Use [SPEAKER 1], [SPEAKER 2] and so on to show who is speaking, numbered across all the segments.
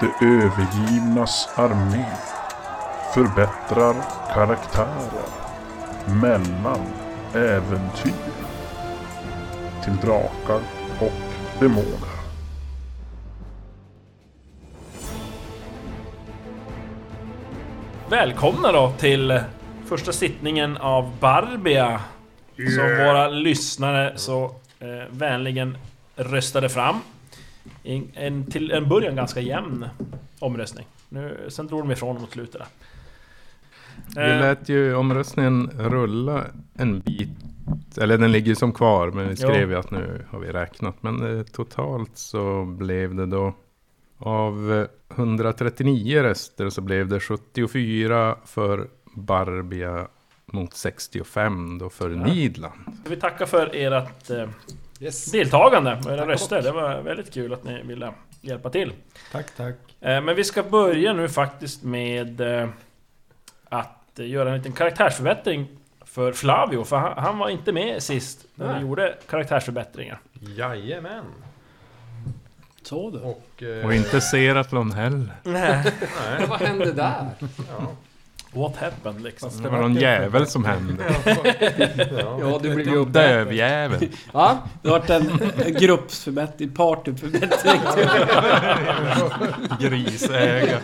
[SPEAKER 1] De övergivnas armé förbättrar karaktärer mellan äventyr till drakar och demoner.
[SPEAKER 2] Välkomna då till första sittningen av Barbia. Som våra lyssnare så eh, vänligen röstade fram. I en, till en början ganska jämn omröstning. Nu, sen drog de ifrån mot slutet där.
[SPEAKER 3] Vi
[SPEAKER 2] Eh,
[SPEAKER 3] lät ju omröstningen rulla en bit. Eller den ligger ju som kvar, men vi skrev ju att nu har vi räknat. Men eh, totalt så blev det då av eh, 139 röster så blev det 74 för Barbia mot 65 då för Nidland.
[SPEAKER 2] vi tackar för ert eh,
[SPEAKER 4] Yes.
[SPEAKER 2] deltagande och era röster. Det var väldigt kul att ni ville hjälpa till.
[SPEAKER 4] Tack, tack.
[SPEAKER 2] Eh, Men vi ska börja nu faktiskt med eh, att göra en liten karaktärsförbättring för Flavio, för han, han var inte med sist när vi
[SPEAKER 4] Nej.
[SPEAKER 2] gjorde karaktärsförbättringar.
[SPEAKER 4] Jajamän.
[SPEAKER 5] Så du.
[SPEAKER 4] Och... eh,
[SPEAKER 3] Och inte Seratlon heller.
[SPEAKER 4] Nej.
[SPEAKER 5] Vad hände där?
[SPEAKER 4] Ja.
[SPEAKER 2] What happened liksom?
[SPEAKER 3] Det var någon jävel som hände.
[SPEAKER 4] ja.
[SPEAKER 5] Ja, du blev ju uppäten.
[SPEAKER 3] Dövjävel.
[SPEAKER 5] Ja, det har varit en en gruppsförbättring, partyförbättring.
[SPEAKER 3] Grisöga.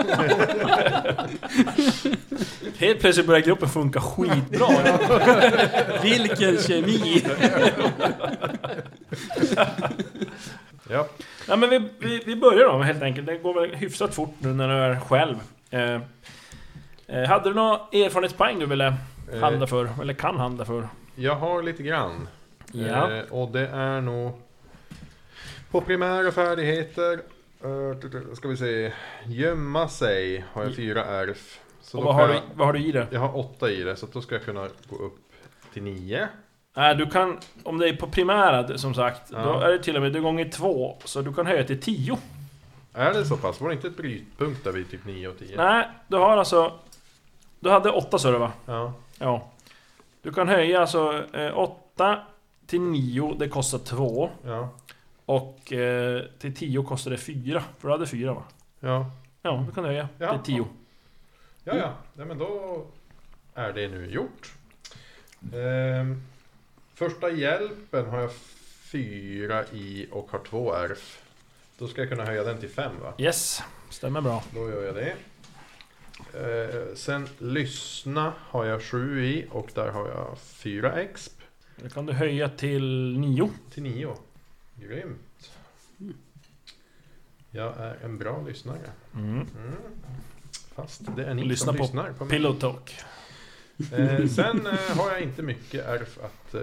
[SPEAKER 2] Helt plötsligt började gruppen funka skitbra!
[SPEAKER 5] Vilken kemi!
[SPEAKER 4] ja.
[SPEAKER 2] Nej men vi, vi, vi börjar då helt enkelt, det går väl hyfsat fort nu när du är själv. Eh, eh, hade du några erfarenhetspoäng du ville
[SPEAKER 4] Eh,
[SPEAKER 2] handla för, eller kan handla för?
[SPEAKER 4] Jag har lite grann.
[SPEAKER 2] Ja.
[SPEAKER 4] Eh, och det är nog på primära färdigheter. eh, t- t- Ska vi se. Gömma sig har jag fyra ärf. Så
[SPEAKER 2] Och
[SPEAKER 4] då
[SPEAKER 2] vad
[SPEAKER 4] kan
[SPEAKER 2] har, du,
[SPEAKER 4] jag,
[SPEAKER 2] vad har du i det?
[SPEAKER 4] jag har åtta i det, så att då ska jag kunna gå upp till nio.
[SPEAKER 2] Nej, du kan... Om det är på primära, som sagt,
[SPEAKER 4] Ja.
[SPEAKER 2] då är det till och med du gånger två, så du kan höja till 10.
[SPEAKER 4] Är det så pass? Var det inte ett brytpunkt där vid typ nio och tio?
[SPEAKER 2] Nej, du har alltså... Du hade åtta sa du va?
[SPEAKER 4] Ja.
[SPEAKER 2] Ja. Du kan höja alltså eh, åtta till nio, det kostar två.
[SPEAKER 4] Ja.
[SPEAKER 2] Och eh, till tio kostar det fyra, för du hade fyra va?
[SPEAKER 4] Ja.
[SPEAKER 2] Ja, du kan höja
[SPEAKER 4] Ja.
[SPEAKER 2] till tio.
[SPEAKER 4] Ja, ja. Nej, men då är det nu gjort. Ehm, första hjälpen har jag fyra i och har två ärf. Då ska jag kunna höja den till fem va?
[SPEAKER 2] Yes, stämmer bra.
[SPEAKER 4] Då gör jag det. Ehm, sen lyssna har jag sju i och där har jag fyra exp
[SPEAKER 2] Då kan du höja till nio.
[SPEAKER 4] till nio. Grymt. Jag är en bra lyssnare.
[SPEAKER 2] Mm.
[SPEAKER 4] Mm. Fast det är ni
[SPEAKER 2] Lyssna
[SPEAKER 4] som
[SPEAKER 2] på
[SPEAKER 4] lyssnar på mig.
[SPEAKER 2] Pillow talk.
[SPEAKER 4] Eh, sen eh, har jag inte mycket ärf att... Eh,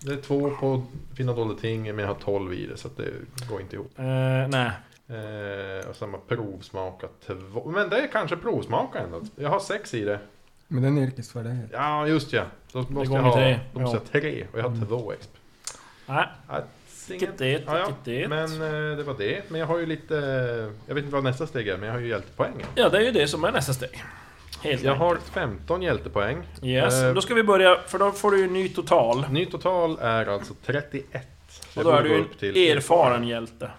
[SPEAKER 4] det är två på finna dolda ting, men jag har tolv i det så att det går inte ihop.
[SPEAKER 2] Eh, nej.
[SPEAKER 4] Eh, och samma provsmaka två. Men det är kanske provsmaka ändå. Jag har sex i det.
[SPEAKER 6] Men den är yrkesfärdighet.
[SPEAKER 4] Ja, just ja. Då måste jag
[SPEAKER 2] gånger
[SPEAKER 4] ha
[SPEAKER 2] tre. Mm.
[SPEAKER 4] tre. Då måste
[SPEAKER 2] Ja.
[SPEAKER 4] jag ha tre och jag har två exp.
[SPEAKER 2] Nej,
[SPEAKER 4] Att-
[SPEAKER 2] vilket det, vilket
[SPEAKER 4] Ja, ja.
[SPEAKER 2] det.
[SPEAKER 4] Men eh, det var det. Men jag har ju lite... Jag vet inte vad nästa steg är, men jag har ju hjältepoäng.
[SPEAKER 2] Ja, det är ju det som är nästa steg. Helt
[SPEAKER 4] Jag
[SPEAKER 2] enkelt.
[SPEAKER 4] har 15 hjältepoäng.
[SPEAKER 2] Yes,
[SPEAKER 4] Eh,
[SPEAKER 2] då ska vi börja, för då får du ju en ny total.
[SPEAKER 4] Ny total är alltså 31. Så
[SPEAKER 2] Och
[SPEAKER 4] jag
[SPEAKER 2] då är
[SPEAKER 4] borde
[SPEAKER 2] du
[SPEAKER 4] gå
[SPEAKER 2] ju
[SPEAKER 4] upp till
[SPEAKER 2] en erfaren hjälte.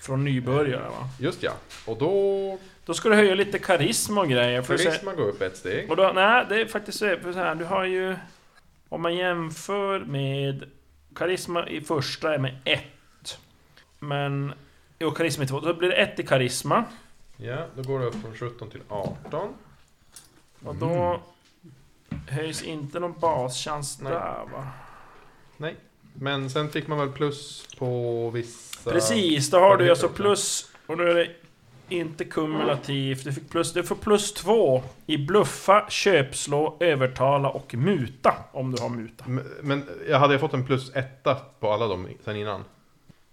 [SPEAKER 2] Från nybörjare va?
[SPEAKER 4] Just ja. Och då...
[SPEAKER 2] Då ska du höja lite karisma och grejer. För att se-
[SPEAKER 4] Karisma går upp ett steg.
[SPEAKER 2] och då, nej, det är faktiskt så för så här, du har ju... Om man jämför med... Karisma i första är med ett. Men... Jo, karisma i två. Då blir det ett i karisma.
[SPEAKER 4] Ja, då går det upp från 17 till 18.
[SPEAKER 2] Och då... Höjs inte någon baschans
[SPEAKER 4] Mm. Nej.
[SPEAKER 2] där va?
[SPEAKER 4] Men sen fick man väl plus på vissa...
[SPEAKER 2] Precis, då har du ju alltså
[SPEAKER 4] Också.
[SPEAKER 2] plus... Och nu är det inte kumulativt. Du, fick plus, du får plus två i bluffa, köpslå, övertala och muta. Om du har muta.
[SPEAKER 4] M- Men jag hade jag fått en plus etta på alla dem sen innan?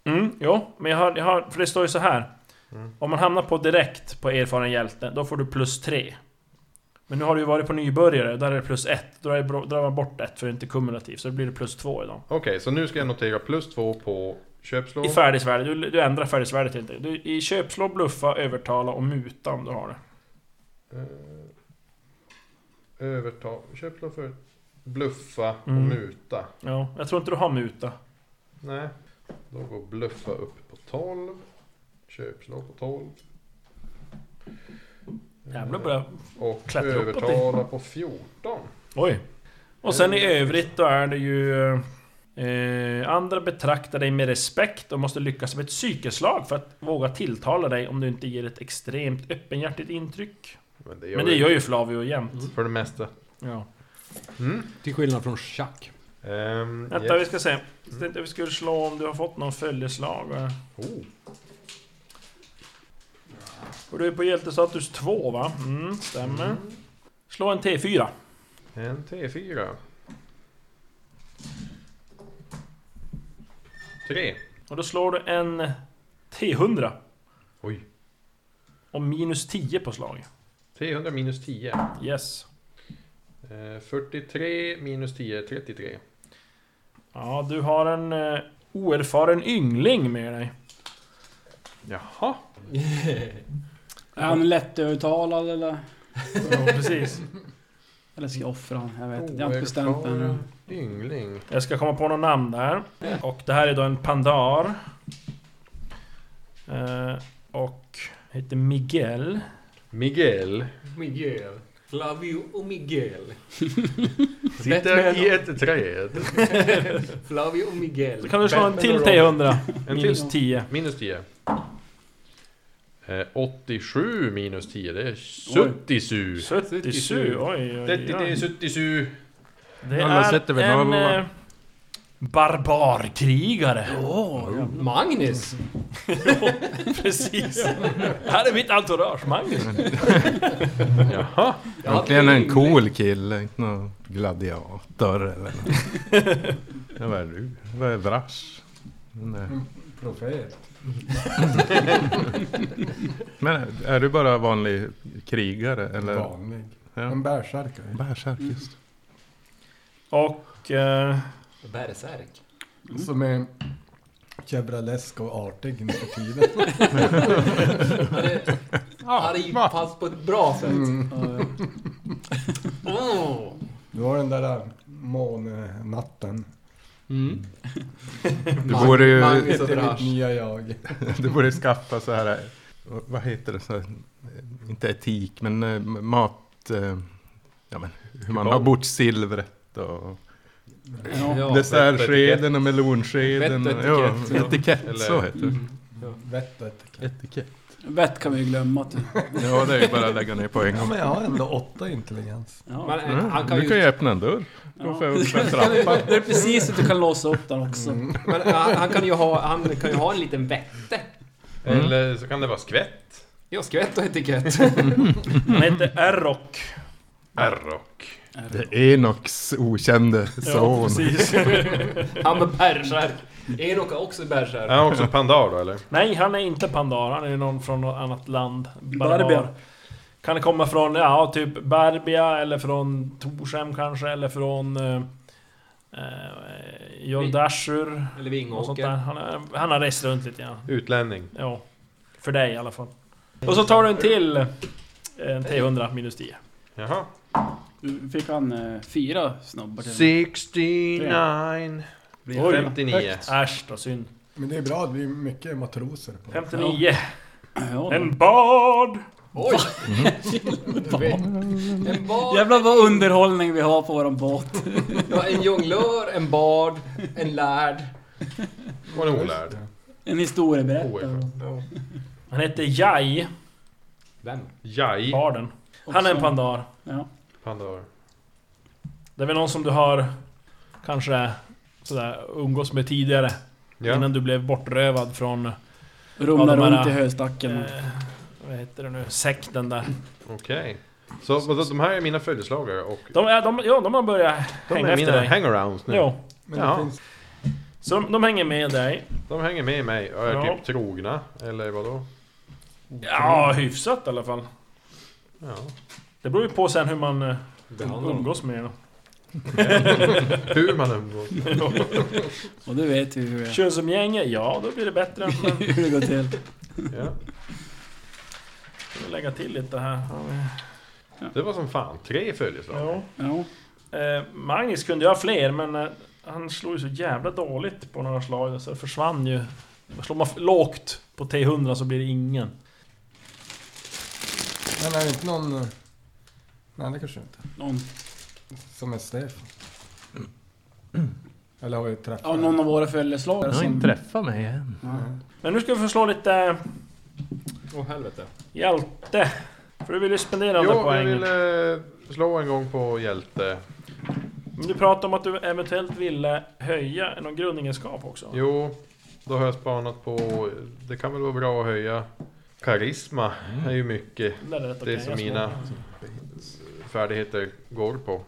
[SPEAKER 2] Mm, jo, men jag har, jag har... För det står ju så här.
[SPEAKER 4] Mm.
[SPEAKER 2] Om man hamnar på direkt på erfaren hjälte, då får du plus tre. Men nu har du ju varit på nybörjare, där är det plus ett. Då är det bra- drar man bort ett, för det är inte kumulativt. Så då blir det plus två idag.
[SPEAKER 4] Okej, så nu ska jag notera plus två på köpslå.
[SPEAKER 2] I färdighetsvärde, du, du ändrar färdighetsvärdet helt enkelt. Du- I köpslå, bluffa, övertala och muta om du har det.
[SPEAKER 4] Eh, Överta... Köpslå för... Bluffa och
[SPEAKER 2] Mm.
[SPEAKER 4] muta.
[SPEAKER 2] Ja, jag tror inte du har muta.
[SPEAKER 4] Nej. Då går bluffa upp på 12. Köpslå på 12.
[SPEAKER 2] Jävlar börjar...
[SPEAKER 4] Och
[SPEAKER 2] klättra uppåt i.
[SPEAKER 4] övertala på 14.
[SPEAKER 2] Oj. Och sen i övrigt då är det ju... Eh, andra betraktar dig med respekt och måste lyckas med ett psykeslag för att våga tilltala dig om du inte ger ett extremt öppenhjärtigt intryck.
[SPEAKER 4] Men det
[SPEAKER 2] Men det gör ju Flavio jämt.
[SPEAKER 4] För det mesta.
[SPEAKER 2] Ja.
[SPEAKER 4] Mm.
[SPEAKER 7] Till skillnad från Chuck.
[SPEAKER 4] Ehm,
[SPEAKER 2] Vänta, vi ska se. Jag tänkte vi skulle slå om du har fått någon följeslagare.
[SPEAKER 4] Oh,
[SPEAKER 2] Och du är på hjältestatus 2 va? Mm, stämmer. Slå en T4.
[SPEAKER 4] en T4. Tre.
[SPEAKER 2] Och då slår du en T100.
[SPEAKER 4] Oj.
[SPEAKER 2] Och minus 10 på slag.
[SPEAKER 4] 300 minus 10.
[SPEAKER 2] Yes.
[SPEAKER 4] Eh, 43 minus 10, 33.
[SPEAKER 2] Ja, du har en eh, oerfaren yngling med dig.
[SPEAKER 4] Jaha.
[SPEAKER 5] Är han lättövertalad eller?
[SPEAKER 2] Ja, precis.
[SPEAKER 5] Eller ska jag offra honom? Jag vet
[SPEAKER 4] Oh,
[SPEAKER 5] inte. Jag har inte bestämt mig ännu.
[SPEAKER 4] Oerfaren Yngling.
[SPEAKER 2] Jag ska komma på något namn där. Och det här är då en pandar. Eh, och heter Miguel.
[SPEAKER 4] Miguel.
[SPEAKER 7] Miguel. Flavio och Miguel. Batman
[SPEAKER 4] Sitter i ett träd.
[SPEAKER 7] Flavio och Miguel.
[SPEAKER 2] Då kan du slå en
[SPEAKER 7] Batman
[SPEAKER 2] till
[SPEAKER 7] och Robin.
[SPEAKER 2] T100.
[SPEAKER 4] En
[SPEAKER 2] Minus
[SPEAKER 4] till.
[SPEAKER 2] 10.
[SPEAKER 4] Minus 10. Eh, 87 minus 10, det är 77.
[SPEAKER 2] 77, oj oj
[SPEAKER 4] Det är
[SPEAKER 2] oj.
[SPEAKER 4] 77.
[SPEAKER 2] Det
[SPEAKER 3] Alla
[SPEAKER 2] är
[SPEAKER 3] sätter väl
[SPEAKER 2] en
[SPEAKER 3] noll, va?
[SPEAKER 2] eh, barbarkrigare.
[SPEAKER 7] Magnus!
[SPEAKER 2] Precis. Här är mitt entourage, Magnus.
[SPEAKER 4] Jaha.
[SPEAKER 7] Jag hade
[SPEAKER 3] Egentligen en
[SPEAKER 7] yngling.
[SPEAKER 3] cool kille, inte någon gladiator eller något. Ja, Vad är du? Vad är Vrash? Nej.
[SPEAKER 6] Profet.
[SPEAKER 3] Men är du bara vanlig krigare eller?
[SPEAKER 6] Vanlig.
[SPEAKER 3] Ja.
[SPEAKER 6] En bärsärkare.
[SPEAKER 3] Bärsärk just.
[SPEAKER 2] Och... Eh,
[SPEAKER 7] Berserk.
[SPEAKER 6] Mm. Som är käbralesk och artig nu för tiden.
[SPEAKER 7] Han är- Han är ju fast på ett bra sätt.
[SPEAKER 5] Mm.
[SPEAKER 7] Mm. Åh!
[SPEAKER 6] Du har den där äh, månnatten.
[SPEAKER 3] Du borde ju
[SPEAKER 7] Magnus och
[SPEAKER 6] Det är mitt
[SPEAKER 7] Drash.
[SPEAKER 6] nya jag.
[SPEAKER 3] du borde skaffa så här, vad heter det, så här, inte etik men eh, mat, eh, ja men hur man har bort silvret och
[SPEAKER 7] Ja,
[SPEAKER 3] dessertskeden och melonskeden.
[SPEAKER 7] Vett och
[SPEAKER 3] Ja,
[SPEAKER 7] etikett, ja.
[SPEAKER 3] etikett,
[SPEAKER 4] Eller-
[SPEAKER 3] så heter det.
[SPEAKER 6] Vett och etikett.
[SPEAKER 3] Etikett.
[SPEAKER 5] Vett kan vi ju glömma typ.
[SPEAKER 3] Ja, det är ju bara att lägga ner på en
[SPEAKER 6] Ja,
[SPEAKER 3] gång.
[SPEAKER 6] men jag har ändå åtta intelligens.
[SPEAKER 5] Ja.
[SPEAKER 7] Men eh,
[SPEAKER 3] Mm,
[SPEAKER 7] han kan
[SPEAKER 3] du kan ju
[SPEAKER 7] ju...
[SPEAKER 3] öppna en dörr. Då får jag upp en
[SPEAKER 5] Kan du-
[SPEAKER 3] trappa.
[SPEAKER 5] Det är precis att du kan låsa upp den också.
[SPEAKER 2] Mm.
[SPEAKER 7] Men han, han kan ju ha... Han kan ju ha en liten vette.
[SPEAKER 3] Mm.
[SPEAKER 4] Eller så kan det vara skvätt.
[SPEAKER 7] Ja, skvätt och etikett.
[SPEAKER 2] han heter Errock.
[SPEAKER 4] Errock.
[SPEAKER 3] Det är Enoks okände
[SPEAKER 2] Ja,
[SPEAKER 3] son.
[SPEAKER 2] precis.
[SPEAKER 7] Han är bärsärk. Enok är också bärsärk.
[SPEAKER 4] Är han också pandar då eller?
[SPEAKER 2] Nej, han är inte pandar. Han är någon från något annat land.
[SPEAKER 5] Barbar.
[SPEAKER 2] Barbar. Kan det komma från, ja, typ Berbia eller från Torshem kanske, eller från... Eh, eh, Jordashur.
[SPEAKER 7] Eller
[SPEAKER 2] Och sånt där.
[SPEAKER 7] Vingåker.
[SPEAKER 2] Han, är, han har rest runt lite grann.
[SPEAKER 4] Utlänning.
[SPEAKER 2] Ja. För dig i alla fall. Och så tar du en till. En T100 minus 10.
[SPEAKER 4] Jaha.
[SPEAKER 5] Nu Fick han eh, fyra snobbar till.
[SPEAKER 4] 69.
[SPEAKER 2] Oj.
[SPEAKER 4] Blir 59.
[SPEAKER 2] Äsch då, synd.
[SPEAKER 6] Men det är bra, det blir mycket matroser. På.
[SPEAKER 2] 59.
[SPEAKER 5] Ja.
[SPEAKER 2] En bard!
[SPEAKER 7] Oj! En bard.
[SPEAKER 5] Jävlar vad underhållning vi har på våran båt.
[SPEAKER 7] Ja, en jonglör, en bard, en lärd.
[SPEAKER 4] Var det olärd?
[SPEAKER 5] En historieberättare.
[SPEAKER 4] Oerfaren.
[SPEAKER 2] Han heter Jai,
[SPEAKER 7] Vem?
[SPEAKER 4] Jaj.
[SPEAKER 2] barden. Han är en
[SPEAKER 5] Också.
[SPEAKER 2] pandar.
[SPEAKER 5] Ja.
[SPEAKER 4] Pandar.
[SPEAKER 2] Det är väl någon som du har kanske sådär umgås med tidigare.
[SPEAKER 4] Ja.
[SPEAKER 2] Innan du blev bortrövad från...
[SPEAKER 5] Rumlar
[SPEAKER 2] Ja, de här-
[SPEAKER 5] runt i höstacken.
[SPEAKER 2] Eh, vad heter det nu? Sekten där.
[SPEAKER 4] Okej. Så vadå, de här är mina följeslagare och
[SPEAKER 2] De, är, de, ja, de har börjat
[SPEAKER 4] de
[SPEAKER 2] hänga
[SPEAKER 4] är
[SPEAKER 2] efter
[SPEAKER 4] mina
[SPEAKER 2] dig.
[SPEAKER 4] hangarounds nu.
[SPEAKER 2] Jo.
[SPEAKER 6] Men det
[SPEAKER 4] Ja.
[SPEAKER 6] finns
[SPEAKER 2] Så de, de hänger med dig.
[SPEAKER 4] De hänger med mig och är
[SPEAKER 2] Ja.
[SPEAKER 4] typ trogna. Eller vadå?
[SPEAKER 2] Ja, hyfsat i alla fall.
[SPEAKER 4] Ja.
[SPEAKER 2] Det beror ju på sen hur man eh,
[SPEAKER 7] Behandla dem.
[SPEAKER 2] umgås med dem.
[SPEAKER 4] Hur man umgås.
[SPEAKER 5] Och du vet ju hur det,
[SPEAKER 2] Könsumgänge, ja då blir det bättre. Men
[SPEAKER 5] hur det går till.
[SPEAKER 4] Ja.
[SPEAKER 2] jag vill lägga till lite här.
[SPEAKER 4] Det var som fan tre följeslagare.
[SPEAKER 2] Ja.
[SPEAKER 5] Ja.
[SPEAKER 2] Eh, Magnus kunde ju ha fler, men eh, han slog ju så jävla dåligt på några slag så det försvann ju. Slår man f- lågt på T100 så blir det ingen.
[SPEAKER 6] Men är det inte någon... eh, Nej, det kanske inte.
[SPEAKER 5] Någon,
[SPEAKER 6] Som är Stefan. Eller har vi träffat
[SPEAKER 5] ja, någon av våra följeslagare
[SPEAKER 3] Jag har
[SPEAKER 5] som...
[SPEAKER 3] inte träffat mig än.
[SPEAKER 2] Men nu ska vi få slå lite
[SPEAKER 4] Åh helvete.
[SPEAKER 2] hjälte. För du vill ju spendera
[SPEAKER 4] Jo,
[SPEAKER 2] alla
[SPEAKER 4] jag eh,
[SPEAKER 2] poäng.
[SPEAKER 4] ville slå en gång på hjälte.
[SPEAKER 2] Du pratade om att du eventuellt ville höja någon grundegenskap också.
[SPEAKER 4] Jo, då har jag spanat på... Det kan väl vara bra att höja. Karisma
[SPEAKER 7] Mm.
[SPEAKER 4] är ju mycket
[SPEAKER 2] Det är, rätt
[SPEAKER 4] det är
[SPEAKER 2] okej,
[SPEAKER 4] som
[SPEAKER 2] jag slår.
[SPEAKER 4] mina färdigheter går på.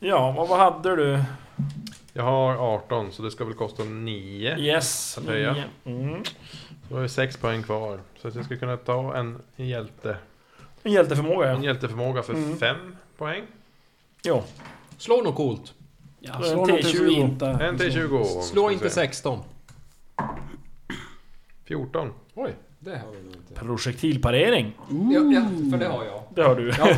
[SPEAKER 2] Ja, och vad hade du?
[SPEAKER 4] Jag har 18 så det ska väl kosta 9.
[SPEAKER 2] Yes.
[SPEAKER 4] Att höja.
[SPEAKER 2] nio. Mm.
[SPEAKER 4] Då har jag 6 poäng kvar. Så att jag ska kunna ta en hjälte.
[SPEAKER 2] En hjälteförmåga
[SPEAKER 4] En
[SPEAKER 2] ja.
[SPEAKER 4] hjälteförmåga för
[SPEAKER 2] Mm.
[SPEAKER 4] 5 poäng.
[SPEAKER 2] Jo.
[SPEAKER 7] Slå något coolt.
[SPEAKER 5] Ja,
[SPEAKER 2] En
[SPEAKER 5] slå någonting som vi
[SPEAKER 2] T20.
[SPEAKER 5] inte...
[SPEAKER 4] En till 20. ska
[SPEAKER 7] Slå
[SPEAKER 4] vi
[SPEAKER 7] inte
[SPEAKER 4] se.
[SPEAKER 7] 16.
[SPEAKER 4] 14.
[SPEAKER 7] Oj, det har vi nog inte.
[SPEAKER 2] Projektilparering.
[SPEAKER 7] Ja, ja, för det har jag.
[SPEAKER 2] Det har du.
[SPEAKER 7] Ja.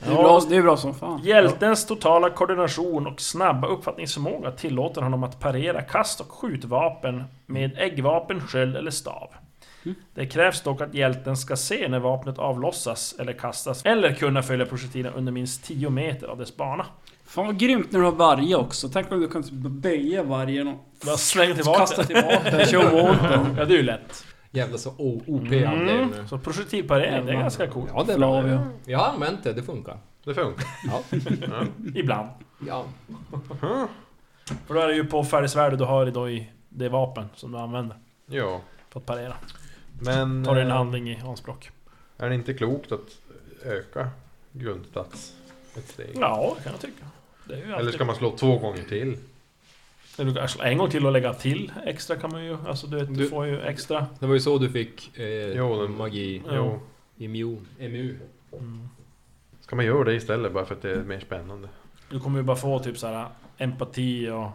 [SPEAKER 5] Det är bra, det är bra som fan.
[SPEAKER 2] Hjältens totala koordination och snabba uppfattningsförmåga tillåter honom att parera kast och skjutvapen med äggvapen, sköld eller stav. Det krävs dock att hjälten ska se när vapnet avlossas eller kastas, eller kunna följa projektilen under minst 10 meter av dess bana.
[SPEAKER 5] Fan vad grymt när du har varje också. Tänk om du kan typ böja vargen och
[SPEAKER 2] Bara släng tillbaka
[SPEAKER 5] kasta tillbaka den, köra åt den.
[SPEAKER 2] Ja, det är ju lätt.
[SPEAKER 7] Jävla så O- OP han blev
[SPEAKER 2] Mm.
[SPEAKER 4] eh,
[SPEAKER 7] nu.
[SPEAKER 2] Så projektilparering, det är ganska coolt.
[SPEAKER 7] Ja, det är bra.
[SPEAKER 5] Flavio.
[SPEAKER 7] Jag har använt det, det funkar.
[SPEAKER 4] Det funkar.
[SPEAKER 7] Ja.
[SPEAKER 2] Ibland.
[SPEAKER 7] ja.
[SPEAKER 2] För då är det ju på färgsvärdet du har det då i det vapen som du använder
[SPEAKER 4] Ja.
[SPEAKER 2] för att parera.
[SPEAKER 4] Men...
[SPEAKER 2] Tar din
[SPEAKER 4] eh,
[SPEAKER 2] handling i anspråk.
[SPEAKER 4] Är det inte klokt att öka grundstats ett steg?
[SPEAKER 2] Ja, det kan jag tycka. Det är ju
[SPEAKER 4] Eller
[SPEAKER 2] alltid-
[SPEAKER 4] ska man slå två gånger till?
[SPEAKER 2] Det du kan slå en gång till och lägga till extra kan man ju, alltså du vet, du,
[SPEAKER 7] Du-
[SPEAKER 2] får ju extra.
[SPEAKER 7] Det var ju så du fick eh,
[SPEAKER 4] Jo, den-
[SPEAKER 7] magi.
[SPEAKER 2] Ja.
[SPEAKER 4] Jo.
[SPEAKER 7] Immun. Emu.
[SPEAKER 2] Mm.
[SPEAKER 4] Ska man göra det istället bara för att det är mer spännande?
[SPEAKER 2] Du kommer ju bara få typ såhär empati och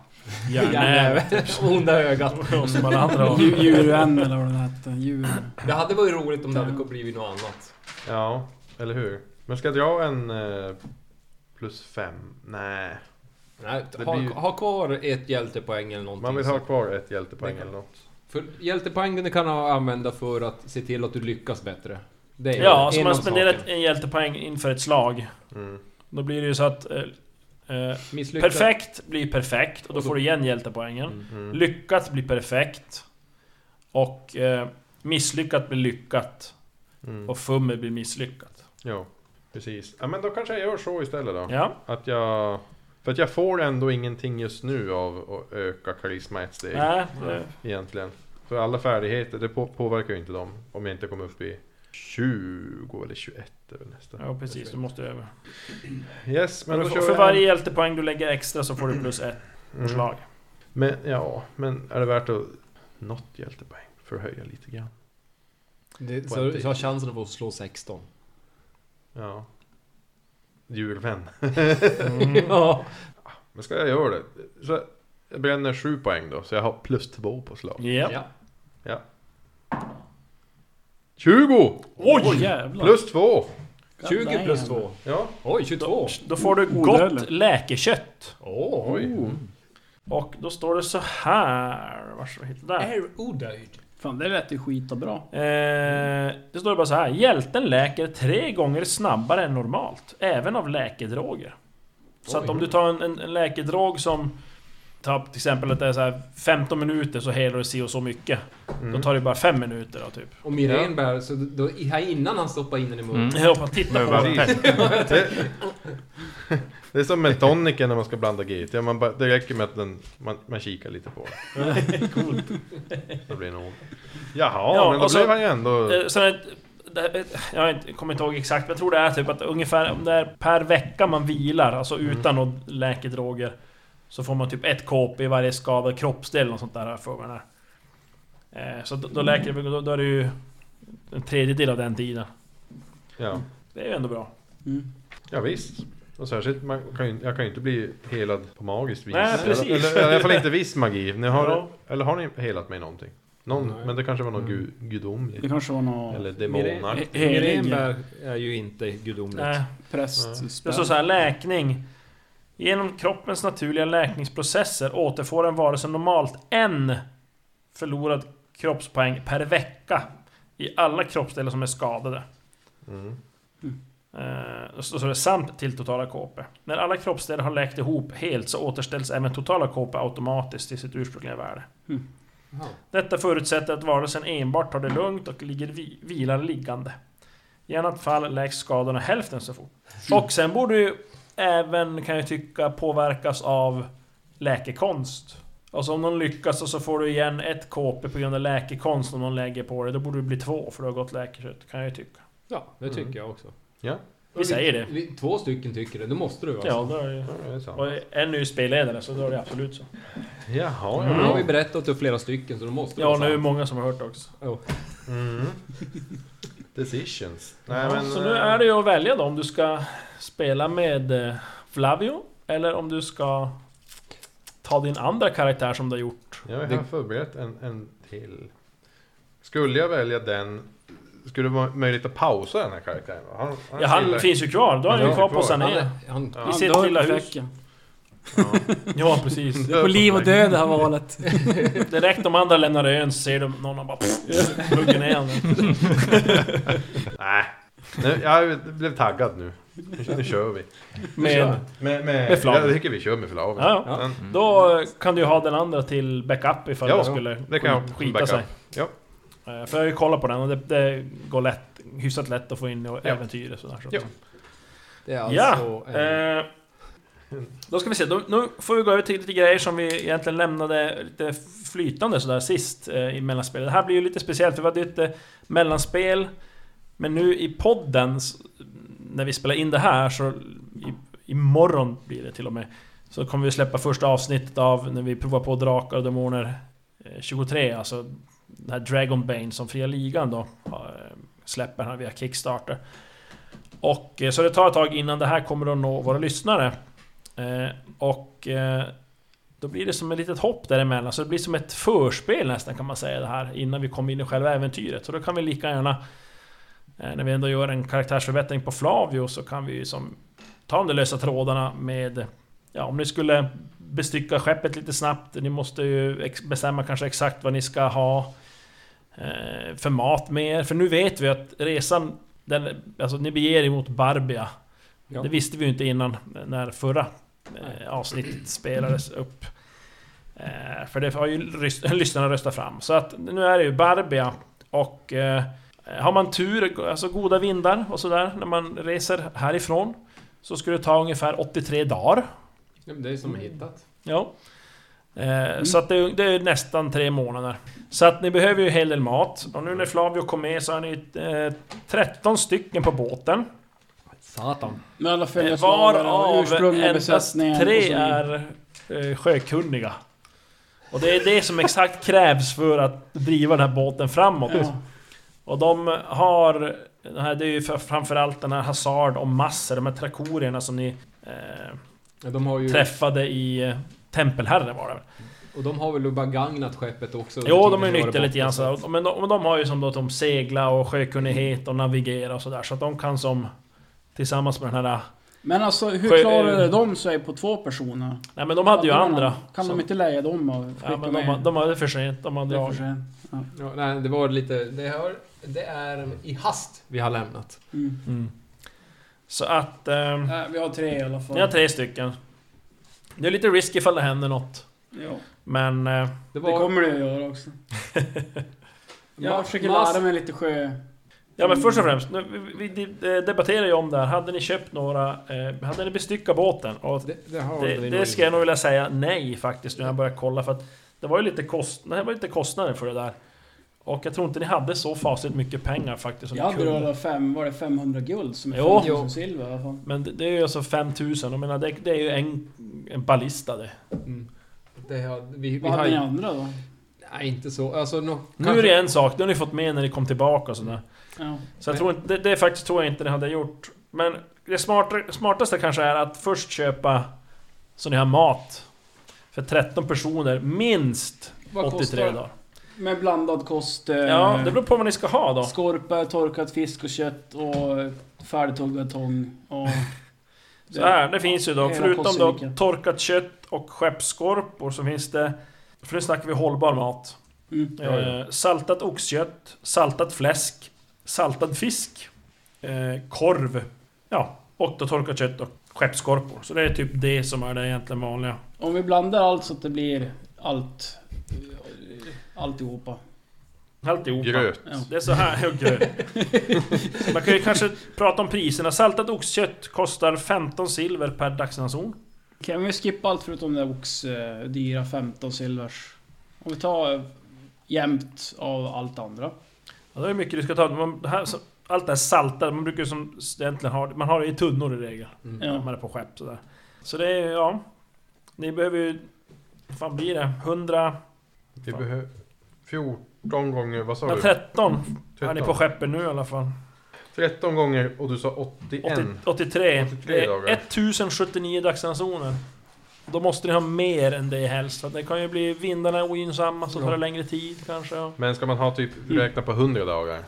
[SPEAKER 7] Järnnäve.
[SPEAKER 2] hjärnnäve.
[SPEAKER 7] Onda ögat.
[SPEAKER 2] och som alla andra har.
[SPEAKER 5] Djur- Djurvän eller vad den hette. Djur...
[SPEAKER 7] Det hade varit roligt om det hade blivit något annat.
[SPEAKER 4] Ja, eller hur? Men ska jag dra en eh, plus fem? Nej.
[SPEAKER 7] Nej,
[SPEAKER 4] Det
[SPEAKER 7] ha,
[SPEAKER 4] blir ju-
[SPEAKER 7] ha kvar ett hjältepoäng eller någonting.
[SPEAKER 4] Man vill ha kvar ett hjältepoäng
[SPEAKER 7] Det kan-
[SPEAKER 4] eller något.
[SPEAKER 7] För hjältepoängen kan du använda för att se till att du lyckas bättre. Det är
[SPEAKER 2] Ja, så
[SPEAKER 7] en
[SPEAKER 2] man
[SPEAKER 7] av
[SPEAKER 2] spenderar
[SPEAKER 7] sakerna.
[SPEAKER 2] en hjältepoäng inför ett slag.
[SPEAKER 4] Mm.
[SPEAKER 2] Då blir det ju så att... Eh, eh,
[SPEAKER 7] Misslyckas.
[SPEAKER 2] perfekt blir perfekt och då
[SPEAKER 7] Och så-
[SPEAKER 2] får du igen hjältepoängen.
[SPEAKER 4] Mm.
[SPEAKER 2] Lyckat blir perfekt. Och eh, misslyckat blir lyckat.
[SPEAKER 4] Mm.
[SPEAKER 2] Och fummel blir misslyckat.
[SPEAKER 4] Ja, precis. Ja, men då kanske jag gör så istället då.
[SPEAKER 2] Ja,
[SPEAKER 4] Att jag... För att jag får ändå ingenting just nu av att öka karisma ett steg.
[SPEAKER 2] nej. det-
[SPEAKER 4] egentligen. För alla färdigheter, det på, påverkar ju inte dem om jag inte kommer upp i 20 eller 21 är väl nästa.
[SPEAKER 2] Ja precis, du måste över.
[SPEAKER 4] Yes, men
[SPEAKER 2] Men
[SPEAKER 4] då kör
[SPEAKER 2] för
[SPEAKER 4] jag
[SPEAKER 2] varje
[SPEAKER 4] en-
[SPEAKER 2] hjältepoäng du lägger extra så får du plus ett på
[SPEAKER 4] Mm.
[SPEAKER 2] slag.
[SPEAKER 4] Men ja, men är det värt att... Något hjältepoäng för att höja lite grann.
[SPEAKER 7] Det, så så har chansen att få slå 16.
[SPEAKER 4] Ja. Djurvän. Mm.
[SPEAKER 7] Ja.
[SPEAKER 4] Men ska jag göra det? Så jag bränner 7 poäng då, så jag har plus 2 på slag.
[SPEAKER 2] Ja.
[SPEAKER 4] 20!
[SPEAKER 2] Oj! Jävlar.
[SPEAKER 4] Plus 2!
[SPEAKER 7] 20 plus 2.
[SPEAKER 4] Ja,
[SPEAKER 7] Oj, 22.
[SPEAKER 2] Då får du gott
[SPEAKER 5] Odödligt.
[SPEAKER 2] läkekött.
[SPEAKER 7] Åh.
[SPEAKER 4] oj.
[SPEAKER 2] Och då står det så här. Varsågod, hitta där.
[SPEAKER 7] Är odöjd.
[SPEAKER 5] Fan det lät ju skit och bra.
[SPEAKER 2] Eh, det står det bara så här. Hjälten läker tre gånger snabbare än normalt. Även av läkedroger. Så att
[SPEAKER 7] Oj.
[SPEAKER 2] om du tar en, en, en läkedrog som... Tar till exempel att det är så här 15 minuter så helar det si och så mycket.
[SPEAKER 4] Mm.
[SPEAKER 2] Då tar det bara 5 minuter då typ.
[SPEAKER 7] Och Mirén bär, så då, här innan han stoppar in den i munnen.
[SPEAKER 3] Mm.
[SPEAKER 2] Jag bara titta
[SPEAKER 3] Men
[SPEAKER 2] på
[SPEAKER 3] vad-
[SPEAKER 2] det.
[SPEAKER 4] Precis. Det, det är som med toniken när man ska blanda GT. Ja, man bara, det räcker med att den, man, man kikar lite på den. Då blir det nog... Jaha,
[SPEAKER 2] Ja,
[SPEAKER 4] men då
[SPEAKER 2] och så-
[SPEAKER 4] blev han ju ändå...
[SPEAKER 2] Eh, Sen är det- det- jag har inte- kommer inte ihåg exakt, men jag tror det är typ att ungefär om det är per vecka man vilar, alltså utan mm. läkedroger. Så får man typ ett KP i varje skadad kroppsdel och sånt där, har jag för mig det är. Eh, Så då, då läker det, då, då är det ju en tredjedel av den tiden.
[SPEAKER 4] Ja,
[SPEAKER 2] Det är ju ändå bra.
[SPEAKER 4] ja visst. Och särskilt, man kan ju, jag kan ju inte bli helad på magiskt vis.
[SPEAKER 2] Nej, precis.
[SPEAKER 4] Eller, eller, i alla fall inte viss magi. Ni har,
[SPEAKER 2] Ja. Mm.
[SPEAKER 4] Eller har ni helat mig någonting? Någon,
[SPEAKER 7] Nej.
[SPEAKER 4] men det kanske var något gud, gudomligt.
[SPEAKER 5] Det kanske var någon
[SPEAKER 4] Eller demonaktigt.
[SPEAKER 5] helig
[SPEAKER 7] Mirenberg är ju inte gudomligt.
[SPEAKER 2] Nej.
[SPEAKER 5] präst.
[SPEAKER 2] Det står så här, läkning. Genom kroppens naturliga läkningsprocesser återfår en varelse normalt en förlorad kroppspoäng per vecka. i alla kroppsdelar som är skadade.
[SPEAKER 4] Mm.
[SPEAKER 2] Eh, så, så det är samt till totala KP. När alla kroppsdelar har läkt ihop helt så återställs även totala KP automatiskt till sitt ursprungliga värde.
[SPEAKER 7] Jaha.
[SPEAKER 2] Detta förutsätter att varelsen enbart tar det lugnt och ligger vi, vilar liggande. I annat fall läks skadorna hälften så fort. Och sen borde ju även, kan jag tycka, påverkas av läkekonst. Alltså om någon lyckas och så får du igen ett KP på grund av läkekonst om någon lägger på dig, då borde det bli två för du har gått läkekött, kan jag ju tycka.
[SPEAKER 7] Ja, det tycker
[SPEAKER 4] Mm.
[SPEAKER 7] jag också.
[SPEAKER 4] Ja.
[SPEAKER 2] Vi säger det.
[SPEAKER 7] Vi, två stycken tycker det, då måste du
[SPEAKER 2] Ja,
[SPEAKER 7] alltså.
[SPEAKER 2] då är det ju...
[SPEAKER 4] Ja, det är sant.
[SPEAKER 2] Och en är ju spelledare, så då är det absolut så.
[SPEAKER 4] Jaha,
[SPEAKER 7] Nu har
[SPEAKER 4] ja.
[SPEAKER 2] Mm.
[SPEAKER 7] vi berättat för flera stycken så då måste det
[SPEAKER 2] Ja,
[SPEAKER 7] vara
[SPEAKER 2] nu är det
[SPEAKER 7] sant.
[SPEAKER 2] många som har hört det också.
[SPEAKER 4] Mm. Decisions. Nej,
[SPEAKER 2] Ja,
[SPEAKER 4] men,
[SPEAKER 2] så nu
[SPEAKER 4] eh,
[SPEAKER 2] är det ju att välja då om du ska spela med eh, Flavio eller om du ska ta din andra karaktär som du har gjort.
[SPEAKER 4] Jag har förberett en, en till. Skulle jag välja den... Skulle det vara möjligt att pausa den här karaktären? va? Han,
[SPEAKER 2] Ja, han
[SPEAKER 4] gillar-
[SPEAKER 2] finns ju kvar. Då är han ju
[SPEAKER 4] Ja,
[SPEAKER 2] kvar på
[SPEAKER 4] kvar.
[SPEAKER 7] Han,
[SPEAKER 2] sanera.
[SPEAKER 7] han,
[SPEAKER 4] Ja.
[SPEAKER 2] I
[SPEAKER 5] Ja,
[SPEAKER 2] sitt
[SPEAKER 5] då är
[SPEAKER 2] lilla
[SPEAKER 5] det
[SPEAKER 2] hus.
[SPEAKER 5] fläcken.
[SPEAKER 4] Ja.
[SPEAKER 2] Ja, precis.
[SPEAKER 5] På liv och död det här valet.
[SPEAKER 2] Direkt de andra lämnar ön så ser de någon och bara pff, hugger ner honom.
[SPEAKER 4] Nej. Nu, jag blev taggad nu. Nu, nu kör vi.
[SPEAKER 2] Med,
[SPEAKER 4] Med, med,
[SPEAKER 2] Med flaven.
[SPEAKER 4] Jag tycker vi kör med flaven.
[SPEAKER 2] ja, ja.
[SPEAKER 7] Ja.
[SPEAKER 4] Den-
[SPEAKER 2] Då eh, kan du ju ha den andra till backup ifall
[SPEAKER 4] Ja,
[SPEAKER 2] det skulle
[SPEAKER 4] det kan jag ha som
[SPEAKER 2] skita
[SPEAKER 4] backup.
[SPEAKER 2] sig.
[SPEAKER 4] Ja.
[SPEAKER 2] Eh, För jag har ju kollat på den och det, det går lätt, hyfsat lätt att få in och
[SPEAKER 4] Ja.
[SPEAKER 2] äventyr och sådär. Så.
[SPEAKER 4] Ja.
[SPEAKER 7] det är
[SPEAKER 2] Ja,
[SPEAKER 7] alltså en,
[SPEAKER 2] Eh, då ska vi se, då, nu får vi gå över till lite grejer som vi egentligen lämnade lite flytande sådär sist eh, i mellanspelet. Det här blir ju lite speciellt, för vi hade ju ett eh, mellanspel. Men nu i podden, s- när vi spelar in det här, så i, imorgon blir det till och med. Så kommer vi släppa första avsnittet av när vi provar på Drakar och Demoner eh, 23, alltså den här Dragonbane som Fria Ligan då har, eh, släpper här via Kickstarter. Och eh, så det tar ett tag innan det här kommer att nå våra lyssnare. Eh, Och eh, då blir det som ett litet hopp däremellan, så det blir som ett förspel nästan kan man säga det här innan vi kommer in i själva äventyret. Så då kan vi lika gärna, eh, när vi ändå gör en karaktärsförbättring på Flavio, så kan vi ju som ta de där lösa trådarna med Ja, om ni skulle bestycka skeppet lite snabbt, ni måste ju ex- bestämma kanske exakt vad ni ska ha eh, för mat med er. För nu vet vi att resan, den, alltså ni beger er mot Barbia.
[SPEAKER 7] Ja.
[SPEAKER 2] Det visste vi ju inte innan eh, när förra eh, avsnittet spelades upp. Eh, för det har ju rys- lyssnarna röstat fram. Så att nu är det ju Barbia och eh, har man tur, alltså goda vindar och sådär när man reser härifrån så skulle det ta ungefär 83 dagar.
[SPEAKER 7] ja, men det är som hittat.
[SPEAKER 2] Ja. Eh, Så att det, det är nästan tre månader. Så att ni behöver ju en hel del mat. Och nu när Flavio kom med så har ni eh, 13 stycken på båten.
[SPEAKER 7] Satan.
[SPEAKER 5] Med alla
[SPEAKER 2] Eh,
[SPEAKER 5] följeslagare och
[SPEAKER 2] Varav
[SPEAKER 5] ursprungliga
[SPEAKER 2] endast
[SPEAKER 5] besättningen. och
[SPEAKER 2] tre
[SPEAKER 5] så-
[SPEAKER 2] är eh, sjökunniga. Och det är det som exakt krävs för att driva den här båten framåt.
[SPEAKER 5] Ja.
[SPEAKER 2] Och de har... Det, här, det är ju för- framförallt den här Hazard och Masser, de här trakorierna som ni eh,
[SPEAKER 5] Mm.
[SPEAKER 7] Ja, de har ju,
[SPEAKER 2] träffade i eh, Tempelherren var det väl?
[SPEAKER 7] och de har väl begagnat skeppet också?
[SPEAKER 2] Jo, de är ju nyttiga
[SPEAKER 7] nyttiga
[SPEAKER 2] lite grann sådär. Men de, men de har ju som då att de segla och sjökunnighet och navigera och sådär. Så att de kan som... Tillsammans med den här...
[SPEAKER 5] Men alltså
[SPEAKER 2] Sjö-
[SPEAKER 5] hur klarade de sig på två personer?
[SPEAKER 2] Nej men de hade ju
[SPEAKER 5] Kan de-
[SPEAKER 2] andra.
[SPEAKER 5] Kan
[SPEAKER 2] som,
[SPEAKER 5] de inte leja dem och
[SPEAKER 2] ja,
[SPEAKER 5] skicka
[SPEAKER 2] men
[SPEAKER 5] med?
[SPEAKER 2] de, de hade för sent. De hade
[SPEAKER 5] det är för
[SPEAKER 2] dragit.
[SPEAKER 5] sig. Mm.
[SPEAKER 7] Ja, nej, det var lite... Det, har, det är i hast vi har lämnat.
[SPEAKER 5] Mm.
[SPEAKER 2] Mm. Så att... ehm,
[SPEAKER 5] Nej, vi har tre i alla fall.
[SPEAKER 2] ni har tre stycken. Det är lite risk ifall det händer något.
[SPEAKER 5] Ja,
[SPEAKER 2] Men... Eh,
[SPEAKER 7] Det var...
[SPEAKER 5] det kommer det att göra också. Jag försöker
[SPEAKER 7] Mas-
[SPEAKER 5] lära mig lite sjö...
[SPEAKER 2] ja men först och främst. Nu, vi, vi eh, debatterar ju om det här. Hade ni köpt några... Eh, hade ni bestyckat båten? Och
[SPEAKER 7] Det, det, har vi
[SPEAKER 2] Det,
[SPEAKER 7] nog
[SPEAKER 2] det ska jag
[SPEAKER 7] inte.
[SPEAKER 2] nog vilja säga nej faktiskt nu när jag börjar kolla för att det var ju lite, kost, det här var ju lite kostnader för det där. Och jag tror inte ni hade så fasligt mycket pengar faktiskt som
[SPEAKER 5] Jag
[SPEAKER 2] ni
[SPEAKER 5] hade
[SPEAKER 2] kunde.
[SPEAKER 5] rullat fem, var det 500 guld som är
[SPEAKER 2] Jo.
[SPEAKER 5] 5000 silver i alla fall.
[SPEAKER 2] Men det, det är ju alltså 5000, jag menar det, det är ju en, en ballista det.
[SPEAKER 7] Mm. Det har, vi, vi
[SPEAKER 5] Vad
[SPEAKER 7] har,
[SPEAKER 5] hade ni andra då?
[SPEAKER 7] Nej, inte så. Alltså, nå-
[SPEAKER 2] Nu
[SPEAKER 7] kanske-
[SPEAKER 2] är det en sak, det har ni fått med när ni kom tillbaka och sådär.
[SPEAKER 5] Ja.
[SPEAKER 2] Så jag
[SPEAKER 7] Nej.
[SPEAKER 2] tror inte, det, det faktiskt tror jag inte ni hade gjort. Men det smarta, smartaste kanske är att först köpa så ni har mat. För 13 personer, minst
[SPEAKER 7] Vad
[SPEAKER 2] 83
[SPEAKER 7] kostar det?
[SPEAKER 2] dagar.
[SPEAKER 5] Med blandad kost. eh,
[SPEAKER 2] Ja, det beror på vad ni ska ha då.
[SPEAKER 5] Skorpa, torkat fisk och kött och eh, färdigtuggad tång. Och
[SPEAKER 2] Så här, det finns ju då,
[SPEAKER 5] Hela
[SPEAKER 2] förutom då
[SPEAKER 5] kosselnyckeln.
[SPEAKER 2] torkat kött och skeppsskorpor så finns det... För nu snackar vi hållbar mat.
[SPEAKER 5] Mm.
[SPEAKER 2] Eh, saltat oxkött, saltat fläsk, saltad fisk, eh, korv, ja, och då torkat kött och skeppskorpor. Så det är typ det som är det egentligen vanliga.
[SPEAKER 5] Om vi blandar allt så att det blir allt... eh, Alltihopa.
[SPEAKER 2] Alltihopa.
[SPEAKER 4] Gröt.
[SPEAKER 5] Ja.
[SPEAKER 2] Det är så här, och gröt. Man kan ju kanske prata om priserna. Saltat oxkött kostar 15 silver per dagsranson.
[SPEAKER 5] Kan vi skippa allt förutom det ox eh, dyra 15 silvers? Om vi tar eh, jämnt av allt andra.
[SPEAKER 2] Ja, det är mycket du ska ta. Man, det här, så, allt det här saltade, man brukar ju som egentligen ha man har det i tunnor i regel. När
[SPEAKER 5] Ja.
[SPEAKER 2] man är på skepp sådär. Så det är ja... Ni behöver ju... Vad fan blir det? 100...
[SPEAKER 4] Vi behöver 14 gånger, vad sa
[SPEAKER 2] Ja,
[SPEAKER 4] du?
[SPEAKER 2] 13 är ni
[SPEAKER 4] 13.
[SPEAKER 2] på skeppen nu i alla fall.
[SPEAKER 4] 13 gånger och du sa 81.
[SPEAKER 2] 80, 83.
[SPEAKER 4] 83
[SPEAKER 2] Det
[SPEAKER 4] dagar.
[SPEAKER 2] är 1079 dagsransoner. Då måste ni ha mer än det helst. För att det kan ju bli vindarna ogynnsamma så tar det längre tid kanske. ja.
[SPEAKER 4] Men ska man ha typ
[SPEAKER 2] Mm.
[SPEAKER 4] räkna på 100 dagar?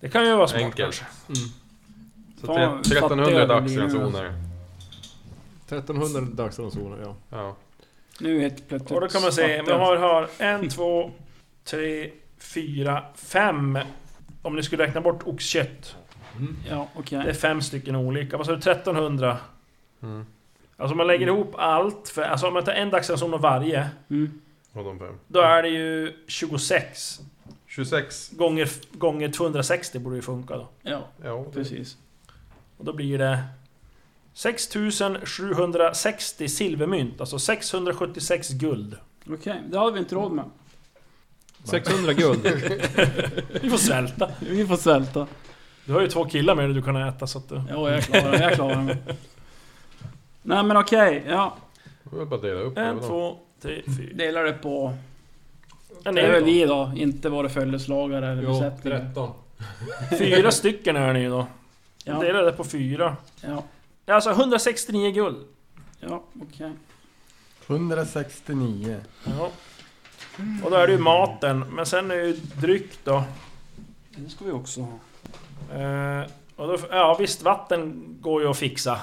[SPEAKER 2] Det kan ju vara smart
[SPEAKER 4] Enkelt.
[SPEAKER 2] kanske.
[SPEAKER 7] Mm.
[SPEAKER 4] Så
[SPEAKER 5] Fan,
[SPEAKER 4] tre-
[SPEAKER 5] fattiga
[SPEAKER 4] 1300
[SPEAKER 5] det blir nu.
[SPEAKER 4] dagsransoner.
[SPEAKER 8] 1300 dagsransoner, ja.
[SPEAKER 4] Ja.
[SPEAKER 5] Nu helt plötsligt...
[SPEAKER 2] Och då kan man se,
[SPEAKER 5] fattar
[SPEAKER 2] man
[SPEAKER 5] jag.
[SPEAKER 2] har, har en, två, tre, fyra, fem. Om ni skulle räkna bort oxkött.
[SPEAKER 5] Ja, okej.
[SPEAKER 2] Det är fem stycken olika. Vad sa du? 1300?
[SPEAKER 4] Mm.
[SPEAKER 2] Alltså om man lägger ihop allt, för, alltså om man tar en dagsranson av varje.
[SPEAKER 5] Mm.
[SPEAKER 4] Och de fem.
[SPEAKER 2] Då är det ju 26
[SPEAKER 4] 26.
[SPEAKER 2] gånger, gånger 260 borde ju funka då.
[SPEAKER 5] Ja,
[SPEAKER 4] Ja, det-
[SPEAKER 5] precis.
[SPEAKER 2] Och då blir det 6760 silvermynt, alltså 676 guld.
[SPEAKER 5] Okej, det har vi inte råd med.
[SPEAKER 8] 600 guld.
[SPEAKER 2] Du får svälta.
[SPEAKER 5] Vi får svälta.
[SPEAKER 2] Du har ju två killar med dig du kan äta så att du...
[SPEAKER 5] Jo, jag klarar mig. Jag klarar mig. Nej men okej, ja.
[SPEAKER 4] det var bara att dela upp det.
[SPEAKER 2] En,
[SPEAKER 4] vadå?
[SPEAKER 2] två, tre, fyra...
[SPEAKER 5] Delar det på...
[SPEAKER 2] Ja,
[SPEAKER 5] Det är väl
[SPEAKER 2] nej,
[SPEAKER 5] vi då, inte våra följeslagare eller
[SPEAKER 7] Jo,
[SPEAKER 5] besättning.
[SPEAKER 7] 13.
[SPEAKER 2] fyra stycken är ni ju då.
[SPEAKER 5] Ja,
[SPEAKER 2] Dela det på fyra.
[SPEAKER 5] ja,
[SPEAKER 2] Alltså 169 guld.
[SPEAKER 5] ja okej.
[SPEAKER 6] 169.
[SPEAKER 2] Ja. Och då är det ju maten, men sen är det ju dryck då.
[SPEAKER 5] Det ska vi också ha.
[SPEAKER 2] Eh, och då, ja visst, vatten går ju att fixa.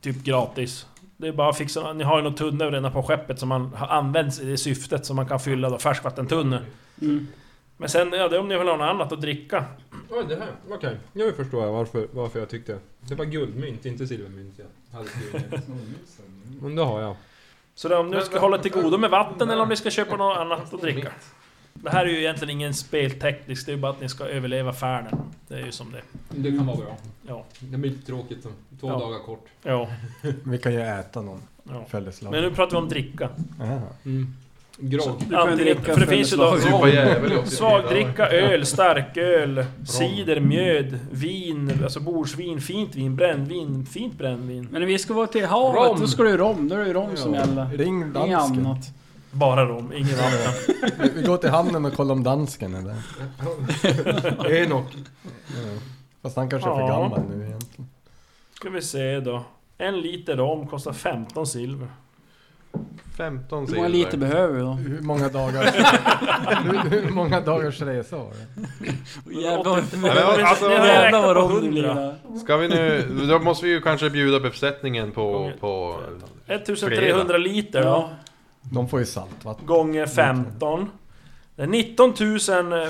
[SPEAKER 2] Typ gratis. Det är bara att fixa, ni har ju någon tunnor redan på skeppet som man har använt i det syftet som man kan fylla då, färskvattentunnor.
[SPEAKER 5] Mm.
[SPEAKER 2] Men sen, ja det är om ni vill ha något annat att dricka.
[SPEAKER 8] Oj, det här. Okej, nu förstår jag varför, varför jag tyckte. Det var guldmynt, inte silvermynt. Jag hade skrivit ner. Men det har jag.
[SPEAKER 2] Så det är om ni ska hålla till godo med vatten eller om ni ska köpa något annat att dricka. Det här är ju egentligen ingen spelteknisk, det är ju bara att ni ska överleva färden. Det är ju som det
[SPEAKER 7] Det kan vara bra.
[SPEAKER 2] Ja.
[SPEAKER 7] Det blir lite tråkigt. som Två
[SPEAKER 2] Ja.
[SPEAKER 7] dagar kort.
[SPEAKER 2] Ja,
[SPEAKER 6] Vi kan ju äta någon
[SPEAKER 2] ja.
[SPEAKER 6] följeslag.
[SPEAKER 2] Men nu pratar vi om dricka.
[SPEAKER 6] Aha.
[SPEAKER 8] Mm.
[SPEAKER 7] Grogg.
[SPEAKER 5] Du kan
[SPEAKER 2] Antingen,
[SPEAKER 5] dricka
[SPEAKER 2] för det finns ju då
[SPEAKER 5] följeslag.
[SPEAKER 4] Supa jävel i 80
[SPEAKER 2] svagdricka, öl, starköl, cider, mjöd, vin, alltså bordsvin, fint vin, brännvin, fint brännvin.
[SPEAKER 5] Men när vi ska vara till havet,
[SPEAKER 7] Rom.
[SPEAKER 5] då ska det ju rom. Då är det ju rom som gäller.
[SPEAKER 6] Ring
[SPEAKER 5] Inget
[SPEAKER 6] dansken.
[SPEAKER 5] annat.
[SPEAKER 2] Bara rom, inget annat.
[SPEAKER 6] Vi- Vi går till hamnen och kollar om dansken är där.
[SPEAKER 8] Enok.
[SPEAKER 6] Ja. Fast han kanske är
[SPEAKER 2] Ja.
[SPEAKER 6] för gammal nu egentligen.
[SPEAKER 2] Ska vi se då. En liter rom kostar 15 silver.
[SPEAKER 4] 15
[SPEAKER 5] Hur
[SPEAKER 4] silver.
[SPEAKER 5] många liter behöver vi då?
[SPEAKER 6] Hur många dagar... hur, hur många dagars resa var det?
[SPEAKER 4] men alltså-
[SPEAKER 2] Ni har
[SPEAKER 5] Jävlar
[SPEAKER 2] räknat
[SPEAKER 5] vad
[SPEAKER 2] på
[SPEAKER 5] rom det blir
[SPEAKER 2] 100.
[SPEAKER 5] där.
[SPEAKER 4] Ska vi nu... Då måste vi ju kanske bjuda besättningen på...
[SPEAKER 2] Gånger
[SPEAKER 4] på
[SPEAKER 2] 1300 liter då,
[SPEAKER 5] Ja.
[SPEAKER 6] De får ju saltvatten.
[SPEAKER 2] gånger 15. Det är 19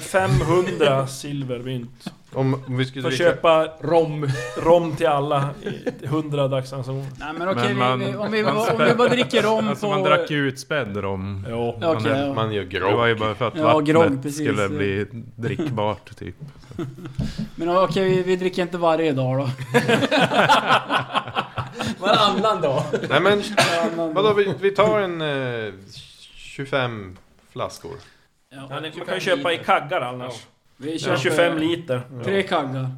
[SPEAKER 2] 500 silvermynt.
[SPEAKER 4] om, om vi skulle
[SPEAKER 2] För att
[SPEAKER 4] dricka...
[SPEAKER 2] köpa
[SPEAKER 7] Rom.
[SPEAKER 2] rom till alla i 100 dagsransoner.
[SPEAKER 5] Nej men okej,
[SPEAKER 3] Men
[SPEAKER 5] vi-
[SPEAKER 3] man-
[SPEAKER 5] vi- om, vi, om vi bara dricker rom
[SPEAKER 3] Alltså
[SPEAKER 5] på...
[SPEAKER 3] man drack ju utspädd rom.
[SPEAKER 2] Jo.
[SPEAKER 5] Ja,
[SPEAKER 3] man
[SPEAKER 5] okej, ja.
[SPEAKER 4] Man gör
[SPEAKER 3] Det var
[SPEAKER 4] grogg.
[SPEAKER 3] ju bara för att
[SPEAKER 5] Ja,
[SPEAKER 3] vattnet
[SPEAKER 5] grogg, precis.
[SPEAKER 3] skulle bli drickbart typ.
[SPEAKER 5] Men okej, vi, vi dricker inte varje dag då.
[SPEAKER 7] Varannan dag.
[SPEAKER 4] Nej men...
[SPEAKER 5] Varannan
[SPEAKER 4] Vadå,
[SPEAKER 5] dag.
[SPEAKER 4] vi, vi tar en... Eh, 25 flaskor.
[SPEAKER 2] Ja, ni- man kan
[SPEAKER 7] 25
[SPEAKER 2] ju köpa i
[SPEAKER 7] liter.
[SPEAKER 2] kaggar annars.
[SPEAKER 5] Vi
[SPEAKER 2] Ja.
[SPEAKER 5] köper
[SPEAKER 2] 25 liter.
[SPEAKER 5] Tre kaggar.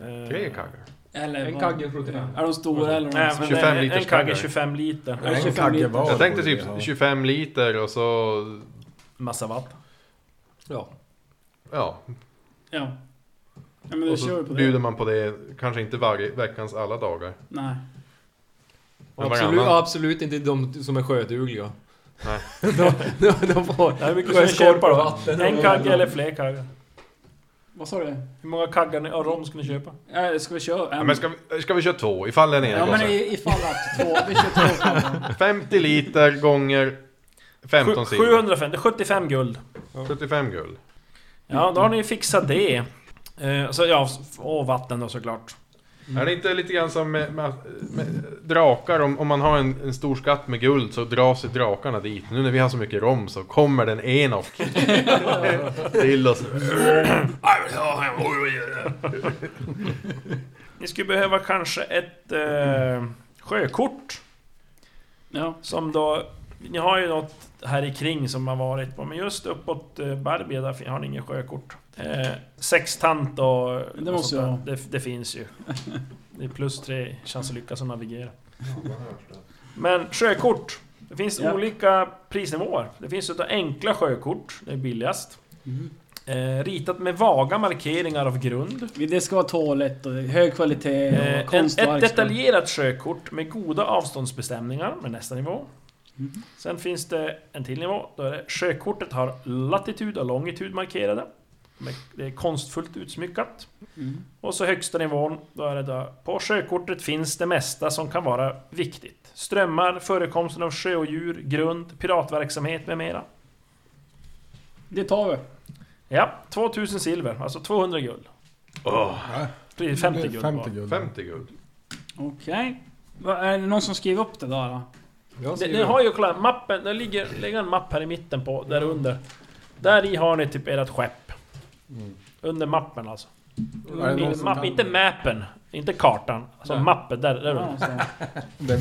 [SPEAKER 2] Eh,
[SPEAKER 4] Tre kaggar.
[SPEAKER 5] Eller
[SPEAKER 7] En
[SPEAKER 5] vad-
[SPEAKER 7] kagge är 75.
[SPEAKER 5] Är de stora eller?
[SPEAKER 2] Nej,
[SPEAKER 5] något?
[SPEAKER 2] men eh,
[SPEAKER 4] 25
[SPEAKER 2] en, en
[SPEAKER 4] liters
[SPEAKER 2] kagge
[SPEAKER 4] kaggar.
[SPEAKER 2] 25 liter.
[SPEAKER 5] Ja.
[SPEAKER 6] En
[SPEAKER 5] 25
[SPEAKER 6] kagge
[SPEAKER 5] liter.
[SPEAKER 6] var
[SPEAKER 4] Jag tänkte
[SPEAKER 6] borde vi ha.
[SPEAKER 4] typ 25 liter och så...
[SPEAKER 2] Massa vatten.
[SPEAKER 7] Ja.
[SPEAKER 4] Ja,
[SPEAKER 5] Ja. Ja men då
[SPEAKER 4] och
[SPEAKER 5] kör
[SPEAKER 4] så
[SPEAKER 5] vi på
[SPEAKER 4] bjuder
[SPEAKER 5] det.
[SPEAKER 4] man på det kanske inte varje veckans alla dagar.
[SPEAKER 5] Nej.
[SPEAKER 4] Men
[SPEAKER 7] Absolut,
[SPEAKER 4] varannan.
[SPEAKER 7] absolut inte de som är sjödugliga.
[SPEAKER 4] Nej.
[SPEAKER 7] de, de, de får
[SPEAKER 2] Det är mycket som ni köper då. En kagge eller
[SPEAKER 7] f-
[SPEAKER 2] fler kaggar.
[SPEAKER 5] Vad sa du?
[SPEAKER 2] Hur många kaggar ni, av rom ska ni köpa?
[SPEAKER 5] Ja, Ska vi köra
[SPEAKER 4] Ja,
[SPEAKER 5] en?
[SPEAKER 4] men ska, vi- ska vi köra två ifall den ena
[SPEAKER 5] Ja men
[SPEAKER 4] går
[SPEAKER 5] i- ifall att två, vi kör två kaggar.
[SPEAKER 4] så? 50 liter gånger
[SPEAKER 2] Sju-
[SPEAKER 4] 15 silver.
[SPEAKER 2] 750, 75 guld.
[SPEAKER 4] 75 guld.
[SPEAKER 2] Ja, då har ni ju fixat det. Eh, Så ja, och vatten då såklart.
[SPEAKER 5] Mm.
[SPEAKER 4] Är det inte lite grann som med, med, med drakar? Om, om man har en, en stor skatt med guld så dras ju drakarna dit. Nu när vi har så mycket rom så kommer den Enok till oss.
[SPEAKER 2] Ni skulle behöva kanske ett eh, sjökort.
[SPEAKER 5] Ja.
[SPEAKER 2] Som då... Ni har ju något här i kring som har varit på, men just uppåt eh, Barbie där fin- har ni inget sjökort. Eh, sextant och... och
[SPEAKER 5] Det måste
[SPEAKER 2] sånt där.
[SPEAKER 5] jag ha.
[SPEAKER 2] det, det finns ju. Det är plus tre chans att lyckas att navigera. Men sjökort. Det finns
[SPEAKER 5] Ja.
[SPEAKER 2] olika prisnivåer. Det finns utav enkla sjökort, det är billigast.
[SPEAKER 5] Mm.
[SPEAKER 2] Eh, ritat med vaga markeringar av grund.
[SPEAKER 5] Det ska vara toalett och hög kvalitet och
[SPEAKER 2] Eh, en,
[SPEAKER 5] konstverk.
[SPEAKER 2] ett
[SPEAKER 5] ska-
[SPEAKER 2] detaljerat sjökort med goda avståndsbestämningar med nästa nivå. Sen finns det en till nivå. Då är det, sjökortet har latitud och longitud markerade. Med- Det är konstfullt utsmyckat.
[SPEAKER 5] Mm.
[SPEAKER 2] Och så högsta nivån, då är det då, på sjökortet finns det mesta som kan vara viktigt. Strömmar, förekomsten av sjöodjur, grund, piratverksamhet med mera.
[SPEAKER 5] Det tar vi.
[SPEAKER 2] Ja, 2000 silver, alltså 200 guld.
[SPEAKER 4] Åh,
[SPEAKER 2] Det är 50
[SPEAKER 6] Det är
[SPEAKER 2] guld
[SPEAKER 6] 50
[SPEAKER 2] bara.
[SPEAKER 6] guld.
[SPEAKER 4] 50 guld.
[SPEAKER 5] Okej. Va- Är det någon som skriver upp det där då?
[SPEAKER 8] Jag
[SPEAKER 2] Den,
[SPEAKER 8] skriver-
[SPEAKER 2] den har ju, kolla, mappen, det ligger, ligger en mapp här i mitten på, där under. Där i har ni typ ert skepp. Under mappen alltså.
[SPEAKER 6] Är det någon
[SPEAKER 2] Inte
[SPEAKER 6] som
[SPEAKER 2] mapp,
[SPEAKER 6] kan-
[SPEAKER 2] inte mappen, inte kartan. Alltså
[SPEAKER 8] Nej.
[SPEAKER 2] mappen, där, där
[SPEAKER 5] Ja,
[SPEAKER 2] under.
[SPEAKER 5] så.
[SPEAKER 6] Det är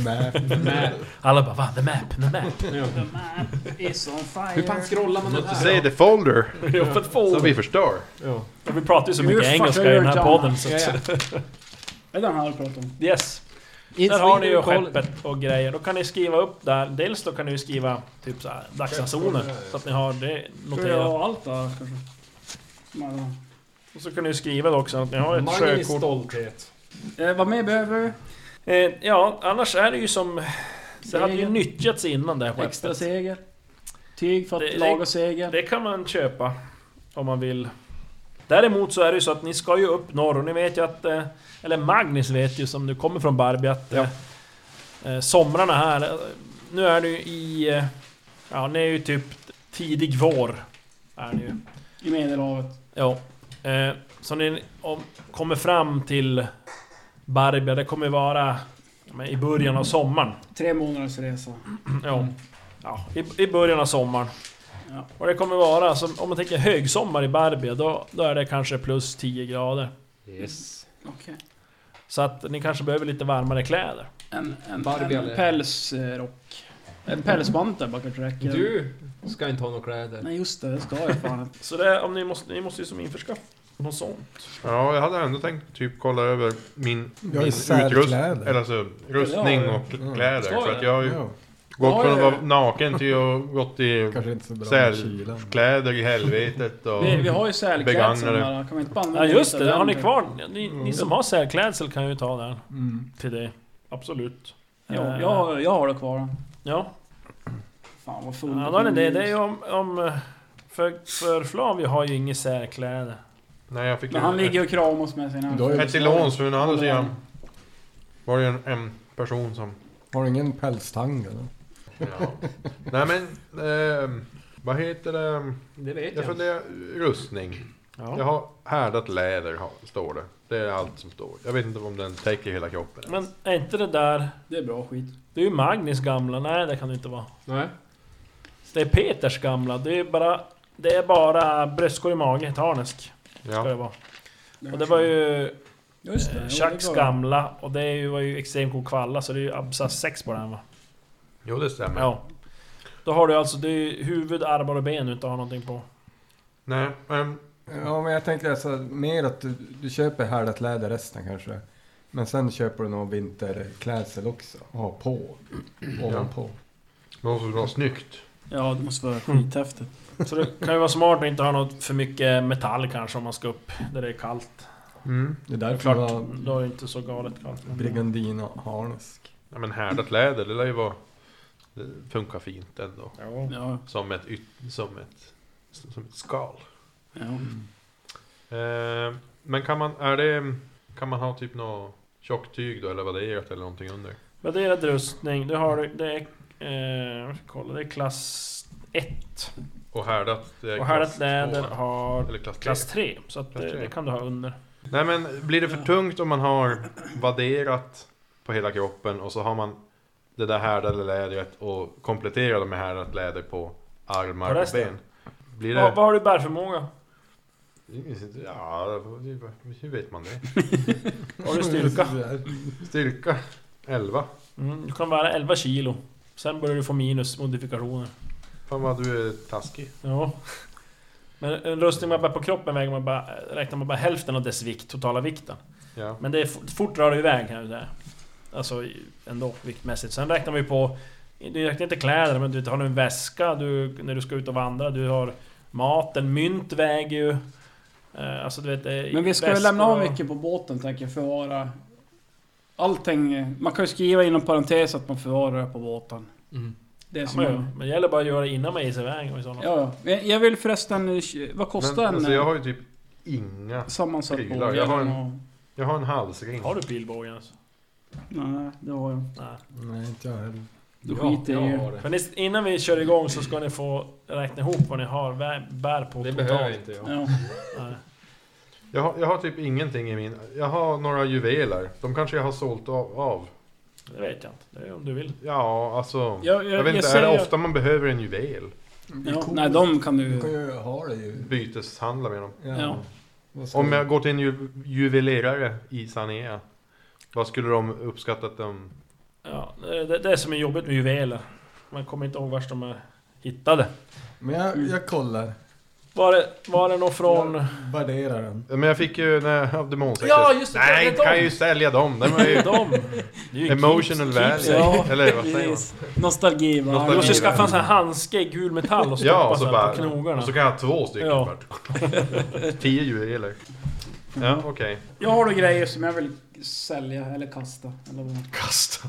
[SPEAKER 6] med.
[SPEAKER 2] Alla bara va, the map, the map.
[SPEAKER 5] The map is on fire.
[SPEAKER 8] Hur fan scrollar man den
[SPEAKER 4] Say
[SPEAKER 8] här?
[SPEAKER 4] the folder,
[SPEAKER 2] Det är för att få-
[SPEAKER 5] Oh.
[SPEAKER 4] så vi förstår.
[SPEAKER 8] Ja.
[SPEAKER 2] Och vi pratar ju så mycket
[SPEAKER 5] Hur
[SPEAKER 2] engelska
[SPEAKER 5] fuckar
[SPEAKER 2] i den här
[SPEAKER 5] jag
[SPEAKER 2] podden så
[SPEAKER 5] Ja,
[SPEAKER 2] att,
[SPEAKER 5] ja. Det är den här jag pratar om.
[SPEAKER 2] Yes. Där har ni ju skeppet och grejer. Då kan ni skriva upp där. Dels då kan ni ju skriva typ så här, dagsransoner. Så att ni har det
[SPEAKER 5] Tror jag
[SPEAKER 2] noterat.
[SPEAKER 5] har allt där kanske. Men, ja.
[SPEAKER 2] Och så kan ni ju skriva då också att ni har ett
[SPEAKER 8] Mangen i
[SPEAKER 2] sjökort.
[SPEAKER 8] stolthet.
[SPEAKER 5] Eh, vad mer behöver du?
[SPEAKER 2] Eh, ja, annars är det ju som... Det
[SPEAKER 5] Segel.
[SPEAKER 2] hade ju nyttjats innan det här
[SPEAKER 5] Extra
[SPEAKER 2] skeppet.
[SPEAKER 5] seger. Tyg för att
[SPEAKER 2] Det- det-
[SPEAKER 5] laga seger.
[SPEAKER 2] Det kan man köpa om man vill. Däremot så är det ju så att ni ska ju upp norr och ni vet ju att... eh, Eller Magnus vet ju som nu kommer från Barbie att... eh, eh, Somrarna här... eh, Nu är du i... eh, Ja, ni är ju typ tidig vår. Är ni ju.
[SPEAKER 5] I Medelhavet.
[SPEAKER 2] Ja. Eh, så ni om, kommer fram till Barbie, det kommer vara ja, men i början av sommaren.
[SPEAKER 5] Tre månaders resa.
[SPEAKER 2] Ja. ja i, I början av sommaren.
[SPEAKER 5] Mm. Ja.
[SPEAKER 2] Och det kommer vara, som, om man tänker högsommar i Barbie, då, då är det kanske plus 10 grader.
[SPEAKER 8] Yes.
[SPEAKER 5] Okej.
[SPEAKER 2] Så att ni kanske behöver lite varmare kläder.
[SPEAKER 5] En, en,
[SPEAKER 8] Barbie
[SPEAKER 5] en
[SPEAKER 8] eller-
[SPEAKER 5] pälsrock. En pälsbanta bara kanske räcker.
[SPEAKER 8] Du ska inte ha några kläder.
[SPEAKER 5] Nej just det, det ska jag fan.
[SPEAKER 2] Så det, om ni, måste, ni måste ju som införskaffa något sånt.
[SPEAKER 4] Ja, jag hade ändå tänkt typ kolla över min, min
[SPEAKER 6] Jag är
[SPEAKER 4] utrustning,
[SPEAKER 6] särkläder.
[SPEAKER 4] eller alltså rustning
[SPEAKER 5] Ja,
[SPEAKER 4] och
[SPEAKER 6] Mm.
[SPEAKER 4] kläder.
[SPEAKER 5] Ska
[SPEAKER 4] För att
[SPEAKER 5] jag?
[SPEAKER 4] jag har ju
[SPEAKER 6] Ja,
[SPEAKER 4] gått
[SPEAKER 5] Ja,
[SPEAKER 4] från att
[SPEAKER 5] ja,
[SPEAKER 4] vara
[SPEAKER 5] ja.
[SPEAKER 4] naken till att gått i
[SPEAKER 6] kanske inte så bra med kylan.
[SPEAKER 4] sälkläder i helvetet och...
[SPEAKER 5] Vi, vi har ju sälkläder
[SPEAKER 4] Begagnade.
[SPEAKER 5] som här, kan man inte bara använda
[SPEAKER 2] Ja just
[SPEAKER 5] lite
[SPEAKER 2] det,
[SPEAKER 5] av
[SPEAKER 2] det har
[SPEAKER 5] den
[SPEAKER 2] ni kvar.
[SPEAKER 5] till-
[SPEAKER 2] Ni,
[SPEAKER 5] Mm.
[SPEAKER 2] ni som har särklädsel kan ju ta den
[SPEAKER 6] Mm.
[SPEAKER 2] till det. Absolut.
[SPEAKER 5] Ja,
[SPEAKER 2] Eh,
[SPEAKER 5] jag, har- jag har det kvar. då.
[SPEAKER 2] Ja,
[SPEAKER 5] Fan vad full.
[SPEAKER 2] ja då är det det. Det är ju om... om eh, för, för Flavio har ju inga särkläder.
[SPEAKER 4] Nej, jag fick
[SPEAKER 5] Men han ligger och kramas med sina...
[SPEAKER 6] Du har ju-
[SPEAKER 4] Ett till låns, för å andra sidan var det ju en, en person som...
[SPEAKER 6] Har du ingen pälstang eller?
[SPEAKER 4] Ja. Nej men, ehm, vad heter det?
[SPEAKER 8] Det vet
[SPEAKER 4] Jag
[SPEAKER 8] jag.
[SPEAKER 4] funderar, rustning. Jag har härdat läder, har- står det. Det är allt som står. Jag vet inte om den täcker hela kroppen.
[SPEAKER 2] Men är inte det där...
[SPEAKER 5] Det är bra skit.
[SPEAKER 2] Det är ju Magnus gamla. Nej, det kan det inte vara.
[SPEAKER 8] Nej.
[SPEAKER 2] Det är Peters gamla. Det är bara... Det är bara bröstkorg i mage, Tarnesk. Ska det
[SPEAKER 4] Ja.
[SPEAKER 2] vara. Och det var ju eh,
[SPEAKER 5] Just det, jo, det
[SPEAKER 2] Chucks
[SPEAKER 5] var-
[SPEAKER 2] gamla och det är ju- var ju extremt god kvalla så det är ju absats 6 på den va?
[SPEAKER 4] Jo, det stämmer.
[SPEAKER 2] Ja. Då har du alltså, det är ju huvud, armar och ben du inte har någonting på.
[SPEAKER 4] Nej, ehm, men...
[SPEAKER 6] Ja, men jag tänker alltså mer att du, du köper härdat läder resten kanske. Men sen köper du någon vinterklädsel också och har på. Ovanpå.
[SPEAKER 4] Det måste vara snyggt.
[SPEAKER 5] Ja, det måste vara skithäftigt.
[SPEAKER 2] Så det kan ju vara smart att inte ha något för mycket metall kanske om man ska upp där det är kallt.
[SPEAKER 4] Mm.
[SPEAKER 6] Det är därför
[SPEAKER 2] Klart,
[SPEAKER 6] man har
[SPEAKER 2] då är det inte så galet kallt. men-
[SPEAKER 6] Brigandina harnesk.
[SPEAKER 4] Ja, men härdat läder, det lär ju vara... Det funkar fint ändå.
[SPEAKER 2] Ja.
[SPEAKER 5] Ja,
[SPEAKER 4] Som ett, yt- som ett, som ett skal.
[SPEAKER 5] ja.
[SPEAKER 4] Eh, men kan man, är det, kan man ha typ något tjocktyg då eller vadderat eller någonting under?
[SPEAKER 2] Värderad rustning, det har du... Det är... Eh, jag ska kolla, det är klass 1.
[SPEAKER 4] Och härdat det är
[SPEAKER 2] Och härdat
[SPEAKER 4] klass
[SPEAKER 2] läder
[SPEAKER 4] två,
[SPEAKER 2] har
[SPEAKER 4] Eller klass 3.
[SPEAKER 2] klass 3. Så att
[SPEAKER 4] Klass
[SPEAKER 2] det,
[SPEAKER 4] tre.
[SPEAKER 2] det kan du ha under.
[SPEAKER 4] Nej men blir det för tungt om man har vadderat på hela kroppen och så har man det där härdade lädret och kompletterar det med härdat läder på armar
[SPEAKER 2] På
[SPEAKER 4] och
[SPEAKER 2] resten?
[SPEAKER 4] ben? Blir
[SPEAKER 2] Vad,
[SPEAKER 4] det...
[SPEAKER 2] vad har du i bärförmåga?
[SPEAKER 4] Ja, hur vet man det?
[SPEAKER 2] Vad har du i styrka?
[SPEAKER 4] Styrka 11.
[SPEAKER 2] Mm, du kan bära 11 kilo. Sen börjar du få minus modifikationer.
[SPEAKER 4] Fan vad du är taskig.
[SPEAKER 2] Ja. Men en rustning man bär på kroppen väger man bara, räknar man bara hälften av dess vikt, totala vikten.
[SPEAKER 4] Ja.
[SPEAKER 2] Men det är fort, fort rör det iväg kan jag säga. Alltså i- ändå viktmässigt. Sen räknar man ju på... Du räknar inte kläder, men du vet, har du en väska du, när du ska ut och vandra. Du har maten, mynt väger ju... Eh, alltså du vet... det är
[SPEAKER 5] Men vi ska väl
[SPEAKER 2] väskor
[SPEAKER 5] lämna av
[SPEAKER 2] och-
[SPEAKER 5] mycket på båten tänker jag, förvara. Allting, eh, man kan ju skriva inom parentes att man förvarar det på båten.
[SPEAKER 7] Mm.
[SPEAKER 5] Det är
[SPEAKER 2] Ja,
[SPEAKER 5] som
[SPEAKER 2] men,
[SPEAKER 5] ja,
[SPEAKER 2] men det gäller bara att göra det innan man ger sig iväg. Och i sådana.
[SPEAKER 5] ja. Jag- Jag vill förresten, eh, vad kostar
[SPEAKER 4] Men,
[SPEAKER 5] en eh,
[SPEAKER 4] alltså, jag har ju typ inga...
[SPEAKER 5] sammansatt
[SPEAKER 4] prylar.
[SPEAKER 5] båge?
[SPEAKER 4] Jag har en-
[SPEAKER 5] och,
[SPEAKER 4] Jag har en halsring.
[SPEAKER 2] Har du pilbågen? Alltså?
[SPEAKER 5] nej, det har jag
[SPEAKER 2] Nej.
[SPEAKER 6] Nej, inte jag heller.
[SPEAKER 5] Du
[SPEAKER 8] Mm. Ja,
[SPEAKER 5] skiter
[SPEAKER 8] jag
[SPEAKER 5] i
[SPEAKER 8] har
[SPEAKER 5] det.
[SPEAKER 8] det.
[SPEAKER 2] Men ni- innan vi kör igång så ska ni få räkna ihop vad ni har vä- bär på
[SPEAKER 8] Det
[SPEAKER 2] totalt.
[SPEAKER 8] behöver inte jag.
[SPEAKER 5] Ja.
[SPEAKER 2] Nej.
[SPEAKER 4] Jag har, jag har typ ingenting i min... Jag har några juveler. De kanske jag har sålt av. av.
[SPEAKER 2] Det vet jag inte. Det är om du vill.
[SPEAKER 4] Ja, alltså...
[SPEAKER 5] Jag, jag,
[SPEAKER 4] Jag vet
[SPEAKER 5] jag
[SPEAKER 4] inte, är
[SPEAKER 5] säger-
[SPEAKER 4] det ofta man behöver en juvel?
[SPEAKER 5] Ja, nej, de kan
[SPEAKER 6] Du kan
[SPEAKER 5] du...
[SPEAKER 6] ju ha det ju.
[SPEAKER 4] Byteshandla med dem.
[SPEAKER 7] Mm.
[SPEAKER 5] Ja.
[SPEAKER 6] Vad ska
[SPEAKER 4] Om
[SPEAKER 6] du-
[SPEAKER 4] jag går till en ju, juvelerare i Sanea, vad skulle de uppskatta att de...
[SPEAKER 2] Ja, det, det är som är jobbigt med juveler. Man kommer inte ihåg vart de är hittade.
[SPEAKER 6] Men jag, jag kollar.
[SPEAKER 2] Var det, var det någon från...
[SPEAKER 6] Jag värderar den.
[SPEAKER 4] Men jag fick ju när jag hade demonsexer.
[SPEAKER 2] Ja, just det,
[SPEAKER 4] Nej,
[SPEAKER 2] det är dem.
[SPEAKER 4] kan jag ju sälja dem! De är ju
[SPEAKER 2] De? Det är ju
[SPEAKER 4] emotional
[SPEAKER 2] keeps- keeps-
[SPEAKER 4] value.
[SPEAKER 5] Ja,
[SPEAKER 4] Eller vad säger man?
[SPEAKER 5] Precis. Nostalgi va?
[SPEAKER 2] Du
[SPEAKER 4] Nostalgi.
[SPEAKER 2] måste skaffa en sån här handske i gul metall och stoppa
[SPEAKER 4] Ja, och
[SPEAKER 2] så
[SPEAKER 4] så
[SPEAKER 2] här
[SPEAKER 4] bara...
[SPEAKER 2] på knogarna.
[SPEAKER 4] Och så kan jag ha två stycken
[SPEAKER 2] Ja.
[SPEAKER 4] ja. Tio juveler. Ja, okej.
[SPEAKER 5] Jag har då grejer som jag vill sälja eller kasta. Eller vad.
[SPEAKER 2] Kasta.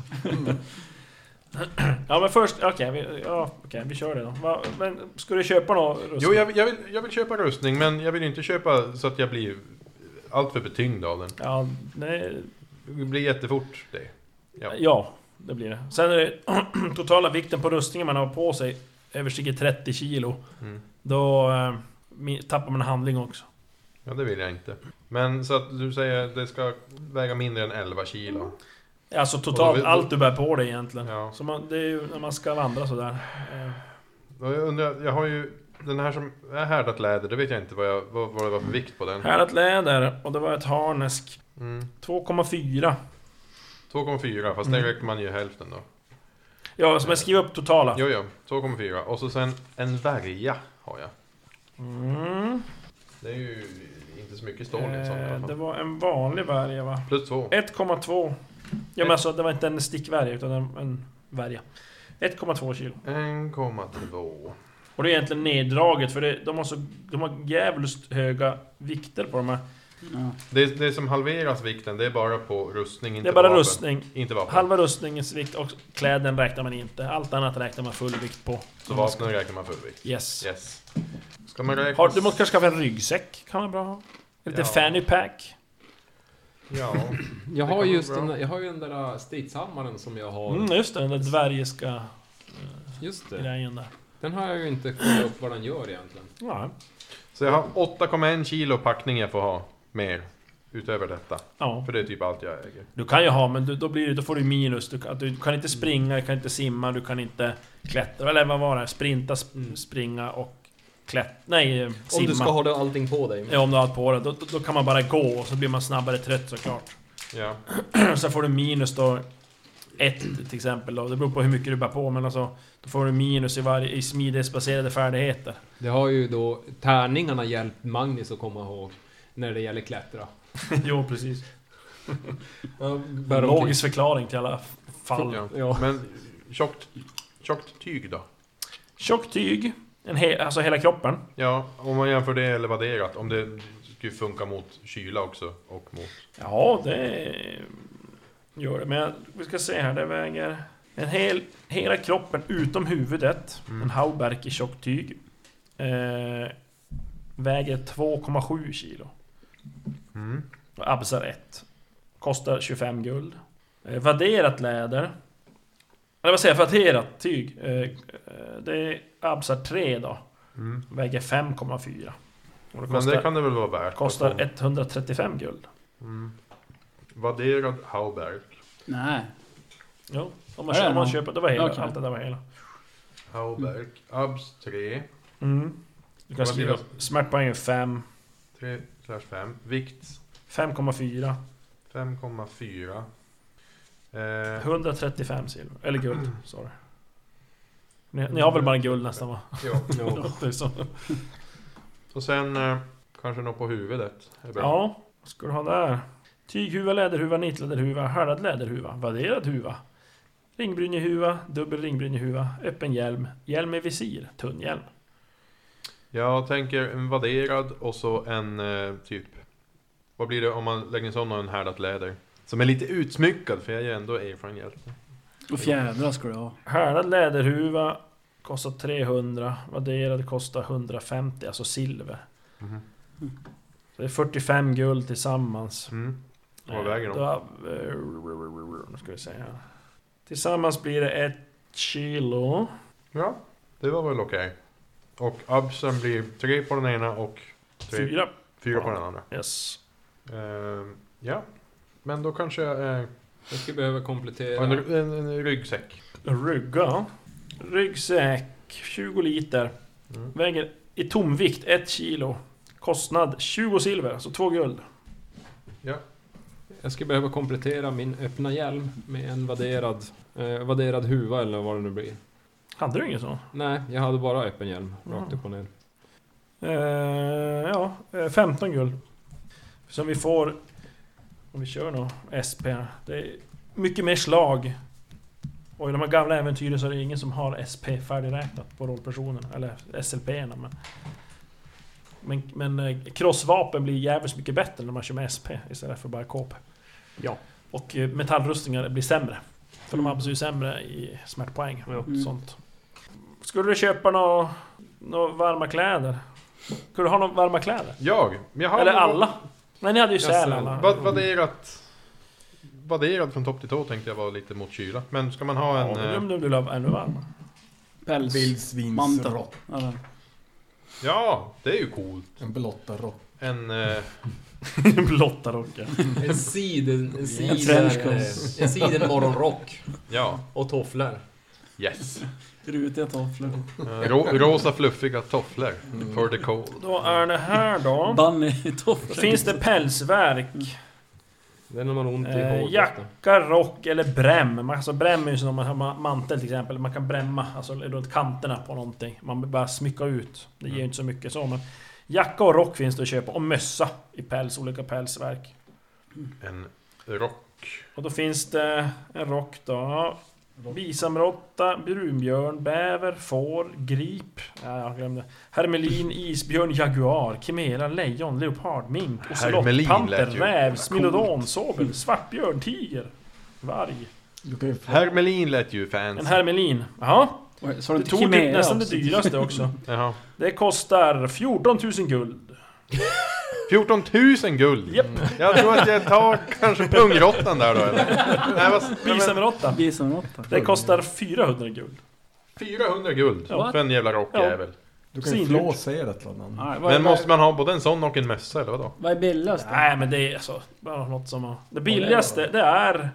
[SPEAKER 2] ja men först, okej vi, ja, okej, vi kör det då. Va, men ska du köpa något? Rusty?
[SPEAKER 4] Jo, jag, vill- jag, vill, jag vill köpa rustning, men jag vill inte köpa så att jag blir alltför betyngd av den.
[SPEAKER 2] Ja, nej,
[SPEAKER 4] Det blir jättefort det. Ja.
[SPEAKER 2] Eh, ja, det blir det. Sen är det totala vikten på rustningen man har på sig överstiger 30 kilo.
[SPEAKER 4] Mm.
[SPEAKER 2] Då eh, mi- tappar man handling också.
[SPEAKER 4] Ja, det vill jag inte. Men så att du säger att det ska väga mindre än 11 kilo.
[SPEAKER 2] Alltså
[SPEAKER 4] Och då
[SPEAKER 2] totalt
[SPEAKER 4] vill-
[SPEAKER 2] allt du bär på dig egentligen.
[SPEAKER 4] Ja. Mm.
[SPEAKER 2] Så man, det är ju när man ska vandra sådär. Eh,
[SPEAKER 4] Och jag undrar, jag har ju den här som är härdat läder, det vet jag inte vad, jag, vad, vad det var för vikt på den.
[SPEAKER 2] Härdat läder och det var ett harnesk.
[SPEAKER 4] Mm.
[SPEAKER 2] 2,4.
[SPEAKER 4] 2,4 fast
[SPEAKER 2] Mm.
[SPEAKER 4] det räcker man ju hälften då.
[SPEAKER 2] Ja, så man skriver upp totala.
[SPEAKER 4] Jo, jo, 2,4. Och så sen en värja har jag.
[SPEAKER 2] Mm.
[SPEAKER 4] Det är ju inte så mycket stål i en sån i
[SPEAKER 2] Eh,
[SPEAKER 4] alla
[SPEAKER 2] det
[SPEAKER 4] fall.
[SPEAKER 2] var en vanlig värja va?
[SPEAKER 4] Plus 2.
[SPEAKER 2] 1,2. Ja men alltså det var inte en stickvärja utan en, en värja. 1,2 kilo.
[SPEAKER 4] 1,2.
[SPEAKER 2] Och det är egentligen neddraget för det, de har så... De har djävulskt höga vikter på de här.
[SPEAKER 5] Ja.
[SPEAKER 4] Det, det som halveras vikten, det är bara på rustning, inte
[SPEAKER 2] Det är bara
[SPEAKER 4] vapen.
[SPEAKER 2] rustning.
[SPEAKER 4] Inte vapen.
[SPEAKER 2] Halva rustningens vikt och kläden räknar man inte. Allt annat räknar man full vikt på.
[SPEAKER 4] Så vapnen räknar man full vikt.
[SPEAKER 2] Yes.
[SPEAKER 4] Yes. Ska man räkna...
[SPEAKER 2] Har, du måste kanske skaffa en ryggsäck, kan vara bra. Lite
[SPEAKER 4] Ja.
[SPEAKER 2] fanny pack.
[SPEAKER 4] Ja.
[SPEAKER 8] Jag
[SPEAKER 4] Det
[SPEAKER 8] har,
[SPEAKER 4] kan
[SPEAKER 8] just
[SPEAKER 4] vara bra.
[SPEAKER 8] den, där- jag har ju den där stridshammaren som jag har.
[SPEAKER 2] Mm, just det, den där dvärgiska
[SPEAKER 8] Just det.
[SPEAKER 2] grejen där.
[SPEAKER 8] Den har jag ju inte kollat upp vad den gör egentligen.
[SPEAKER 2] Ja,
[SPEAKER 4] Så jag har 8,1 kilo packning jag får ha mer. Utöver detta.
[SPEAKER 2] ja.
[SPEAKER 4] För det är typ allt jag äger.
[SPEAKER 2] Du kan ju ha, men du, då, blir det, då får du minus. Du, kan- du kan inte springa, du kan inte simma, du kan inte klättra. Eller vad var det? Sprinta, sp
[SPEAKER 8] Mm.
[SPEAKER 2] springa och klättra. Nej, eh, simma.
[SPEAKER 8] Om du ska ha det allting på dig.
[SPEAKER 2] Ja, om du har allt på dig. Då, då, då kan man bara gå och så blir man snabbare trött såklart.
[SPEAKER 4] Ja.
[SPEAKER 2] Sen får du minus då... Ett till exempel då. Det beror på hur mycket du bär på, men alltså... Då får du minus i, varje, i smidighetsbaserade färdigheter.
[SPEAKER 8] Det har ju då tärningarna hjälpt Magnus att komma ihåg när det gäller klättra.
[SPEAKER 2] jo, precis.
[SPEAKER 8] Bär omkring.
[SPEAKER 2] Logisk förklaring till alla f- fall.
[SPEAKER 4] ja.
[SPEAKER 8] Ja.
[SPEAKER 4] Men tjockt, tjockt tyg då?
[SPEAKER 2] Tjockt tyg, en he- alltså hela kroppen.
[SPEAKER 4] Ja, om man jämför det eller vadderat. Om det skulle funka mot kyla också. Och mot...
[SPEAKER 2] Ja, det gör det. Men jag, vi ska se här, det väger... En hel, hela kroppen utom huvudet,
[SPEAKER 4] Mm.
[SPEAKER 2] en hauberk i tjockt tyg. Eh, väger 2,7 kilo.
[SPEAKER 4] Mm.
[SPEAKER 2] Och Absar 1. Kostar 25 guld. Eh, vadderat läder. Eller vad säger jag för attierat tyg? Eh, eh, Det är Absar 3 då.
[SPEAKER 4] Mm.
[SPEAKER 2] Väger 5,4. Och det
[SPEAKER 4] Men
[SPEAKER 2] kostar,
[SPEAKER 4] det kan det väl vara värt?
[SPEAKER 2] kostar
[SPEAKER 4] att-
[SPEAKER 2] 135 guld.
[SPEAKER 4] Mm. Vadderad Hauberg.
[SPEAKER 5] Nej.
[SPEAKER 2] Jo, om man,
[SPEAKER 5] Är det
[SPEAKER 2] köper, om man
[SPEAKER 5] någon?
[SPEAKER 2] köper, det var hela,
[SPEAKER 5] Okej.
[SPEAKER 2] allt det där var hela.
[SPEAKER 4] Hauberg. Abs 3.
[SPEAKER 2] Mm. Du kan
[SPEAKER 4] Vad
[SPEAKER 2] skriva
[SPEAKER 4] blir
[SPEAKER 2] smärtpoäng är 5,
[SPEAKER 4] 3 slash 5. Vikt
[SPEAKER 2] 5,4,
[SPEAKER 4] 5,4. Eh,
[SPEAKER 2] 135 silver, eller guld, sorry. Ni, ni har väl bara guld nästan va?
[SPEAKER 4] ja.
[SPEAKER 8] Ja.
[SPEAKER 2] Det är så.
[SPEAKER 4] Och sen eh, kanske något på huvudet. är bra.
[SPEAKER 2] Ja, vad ska du ha där? Tyghuva, läderhuva, nitläderhuva, härdad läderhuva, vadderad huva. Ringbrynjehuva, dubbel ringbrynehuva, öppen hjälm, hjälm med visir, tunn hjälm.
[SPEAKER 4] Jag tänker en vadderad och så en eh, typ... Vad blir det om man lägger en sån och en härdat läder? Som är lite utsmyckad, för jag är ju ändå erfaren hjälte.
[SPEAKER 5] Och fjädrar ska du ha.
[SPEAKER 2] Härdad läderhuva kostar 300, vadderad kostar 150, alltså silver. Mm-hmm.
[SPEAKER 4] Mhm.
[SPEAKER 2] Så det är 45 guld tillsammans.
[SPEAKER 4] Mm. Vad
[SPEAKER 2] Eh,
[SPEAKER 4] väger de?
[SPEAKER 2] då, eh, Nu ska vi se här. Tillsammans blir det ett kilo.
[SPEAKER 4] Ja, det var väl okej. Och absen blir tre på den ena och Tre.
[SPEAKER 2] Fyra.
[SPEAKER 4] fyra på den andra.
[SPEAKER 2] Yes.
[SPEAKER 4] Eh, ja, men då kanske jag eh,
[SPEAKER 8] Jag skulle behöva
[SPEAKER 4] har en,
[SPEAKER 8] komplettera.
[SPEAKER 4] en, en ryggsäck.
[SPEAKER 2] Rygga. Ryggsäck. 20 liter.
[SPEAKER 4] Mm.
[SPEAKER 2] Väger i tomvikt 1 kilo. Kostnad 20 silver, så 2 guld.
[SPEAKER 8] Jag skulle behöva komplettera min öppna hjälm med en vadderad, eh, vadderad huva eller vad det nu blir.
[SPEAKER 2] Hade du ingen sån?
[SPEAKER 8] Nej, jag hade bara öppen hjälm. Rakt
[SPEAKER 2] Mm.
[SPEAKER 8] upp och ner.
[SPEAKER 2] Eh, ja, eh, 15 guld. Som vi får... Om vi kör nå SP. Det är mycket mer slag. Och i de här gamla äventyren så är det ingen som har SP färdigräknat på rollpersonen. Eller SLP-erna. Men, men, men eh, crossvapen blir jävligt mycket bättre när man kör med SP istället för bara KP.
[SPEAKER 8] Ja.
[SPEAKER 2] Och eh, metallrustningar blir sämre. För de absar ju sämre i smärtpoäng och
[SPEAKER 5] Mm.
[SPEAKER 2] sånt. Skulle du köpa några nå varma kläder? Skulle du ha några varma kläder?
[SPEAKER 4] Jag? Men jag har
[SPEAKER 2] Eller
[SPEAKER 4] nog-
[SPEAKER 2] alla? Nej, ni hade ju
[SPEAKER 8] Jag
[SPEAKER 2] säl
[SPEAKER 8] säl.
[SPEAKER 2] alla.
[SPEAKER 4] Vad- Vadderat... Vadderat från topp till tå tänkte jag var lite mot kyla. Men ska man ha
[SPEAKER 2] Ja,
[SPEAKER 4] en...
[SPEAKER 2] men
[SPEAKER 4] eh,
[SPEAKER 2] om du vill ha ännu varma.
[SPEAKER 5] Päls. Manta.
[SPEAKER 6] Vildsvinsrock.
[SPEAKER 5] Eller?
[SPEAKER 4] Ja, det är ju coolt.
[SPEAKER 6] En blotta rock.
[SPEAKER 4] En... eh,
[SPEAKER 2] Blotta rocken.
[SPEAKER 7] En siden... En siden,
[SPEAKER 5] trenchcoat.
[SPEAKER 7] en siden morgonrock.
[SPEAKER 4] Ja,
[SPEAKER 7] Och tofflor.
[SPEAKER 4] yes.
[SPEAKER 5] Rutiga tofflor.
[SPEAKER 4] Eh, Ro, rosa fluffiga tofflor. For the cold.
[SPEAKER 2] Då är det här då.
[SPEAKER 5] Bunny-tofflor.
[SPEAKER 2] Finns det pälsverk?
[SPEAKER 8] Den har man ont i
[SPEAKER 2] Eh,
[SPEAKER 8] hårt
[SPEAKER 2] jack.
[SPEAKER 8] efter.
[SPEAKER 2] Jacka, rock eller bräm. Man, alltså, bräm är ju som om man har ma- mantel till exempel. Man kan brämma alltså, runt kanterna på någonting. Man vill bara smycka ut. Det ger ju inte så mycket så men... Jacka och rock finns det att köpa. Och mössa i päls, olika pälsverk.
[SPEAKER 4] En rock.
[SPEAKER 2] Och då finns det en rock då. Bisamrotta, brunbjörn, bäver, får, grip. Ja, jag glömde. Hermelin, isbjörn, jaguar, kimera, lejon, leopard, mink,
[SPEAKER 4] Hermelin
[SPEAKER 2] ocelott, panter,
[SPEAKER 4] lät ju
[SPEAKER 2] räv, smilodon, sobel, svartbjörn, tiger, varg.
[SPEAKER 6] Du kan ju få...
[SPEAKER 4] Hermelin lät ju
[SPEAKER 2] En
[SPEAKER 4] fancy.
[SPEAKER 2] hermelin. Jaha.
[SPEAKER 5] Oj, Sa du
[SPEAKER 2] Du
[SPEAKER 5] inte
[SPEAKER 2] tog typ
[SPEAKER 5] Chimera
[SPEAKER 2] nästan det
[SPEAKER 5] också?
[SPEAKER 2] dyraste också.
[SPEAKER 4] Jaha.
[SPEAKER 2] Det kostar 14 000 guld.
[SPEAKER 4] 14 000 guld!
[SPEAKER 2] Japp.
[SPEAKER 4] Jag tror att jag tar kanske pungrottan där då eller? Nej, vad, nej, men,
[SPEAKER 2] Bisamrotta.
[SPEAKER 5] Bisamrotta.
[SPEAKER 2] Det kostar 400 guld.
[SPEAKER 4] 400 guld
[SPEAKER 2] Ja.
[SPEAKER 4] för en jävla rockjävel.
[SPEAKER 6] Du kan ju
[SPEAKER 2] Svindyrt.
[SPEAKER 6] flåsera till någon.
[SPEAKER 5] Nej, vad,
[SPEAKER 4] Men
[SPEAKER 5] är,
[SPEAKER 4] måste man ha både en sån och en mössa eller vadå?
[SPEAKER 5] vad är billigast då?
[SPEAKER 2] Nej men det är alltså bara något som... har- Det billigaste det är
[SPEAKER 5] Är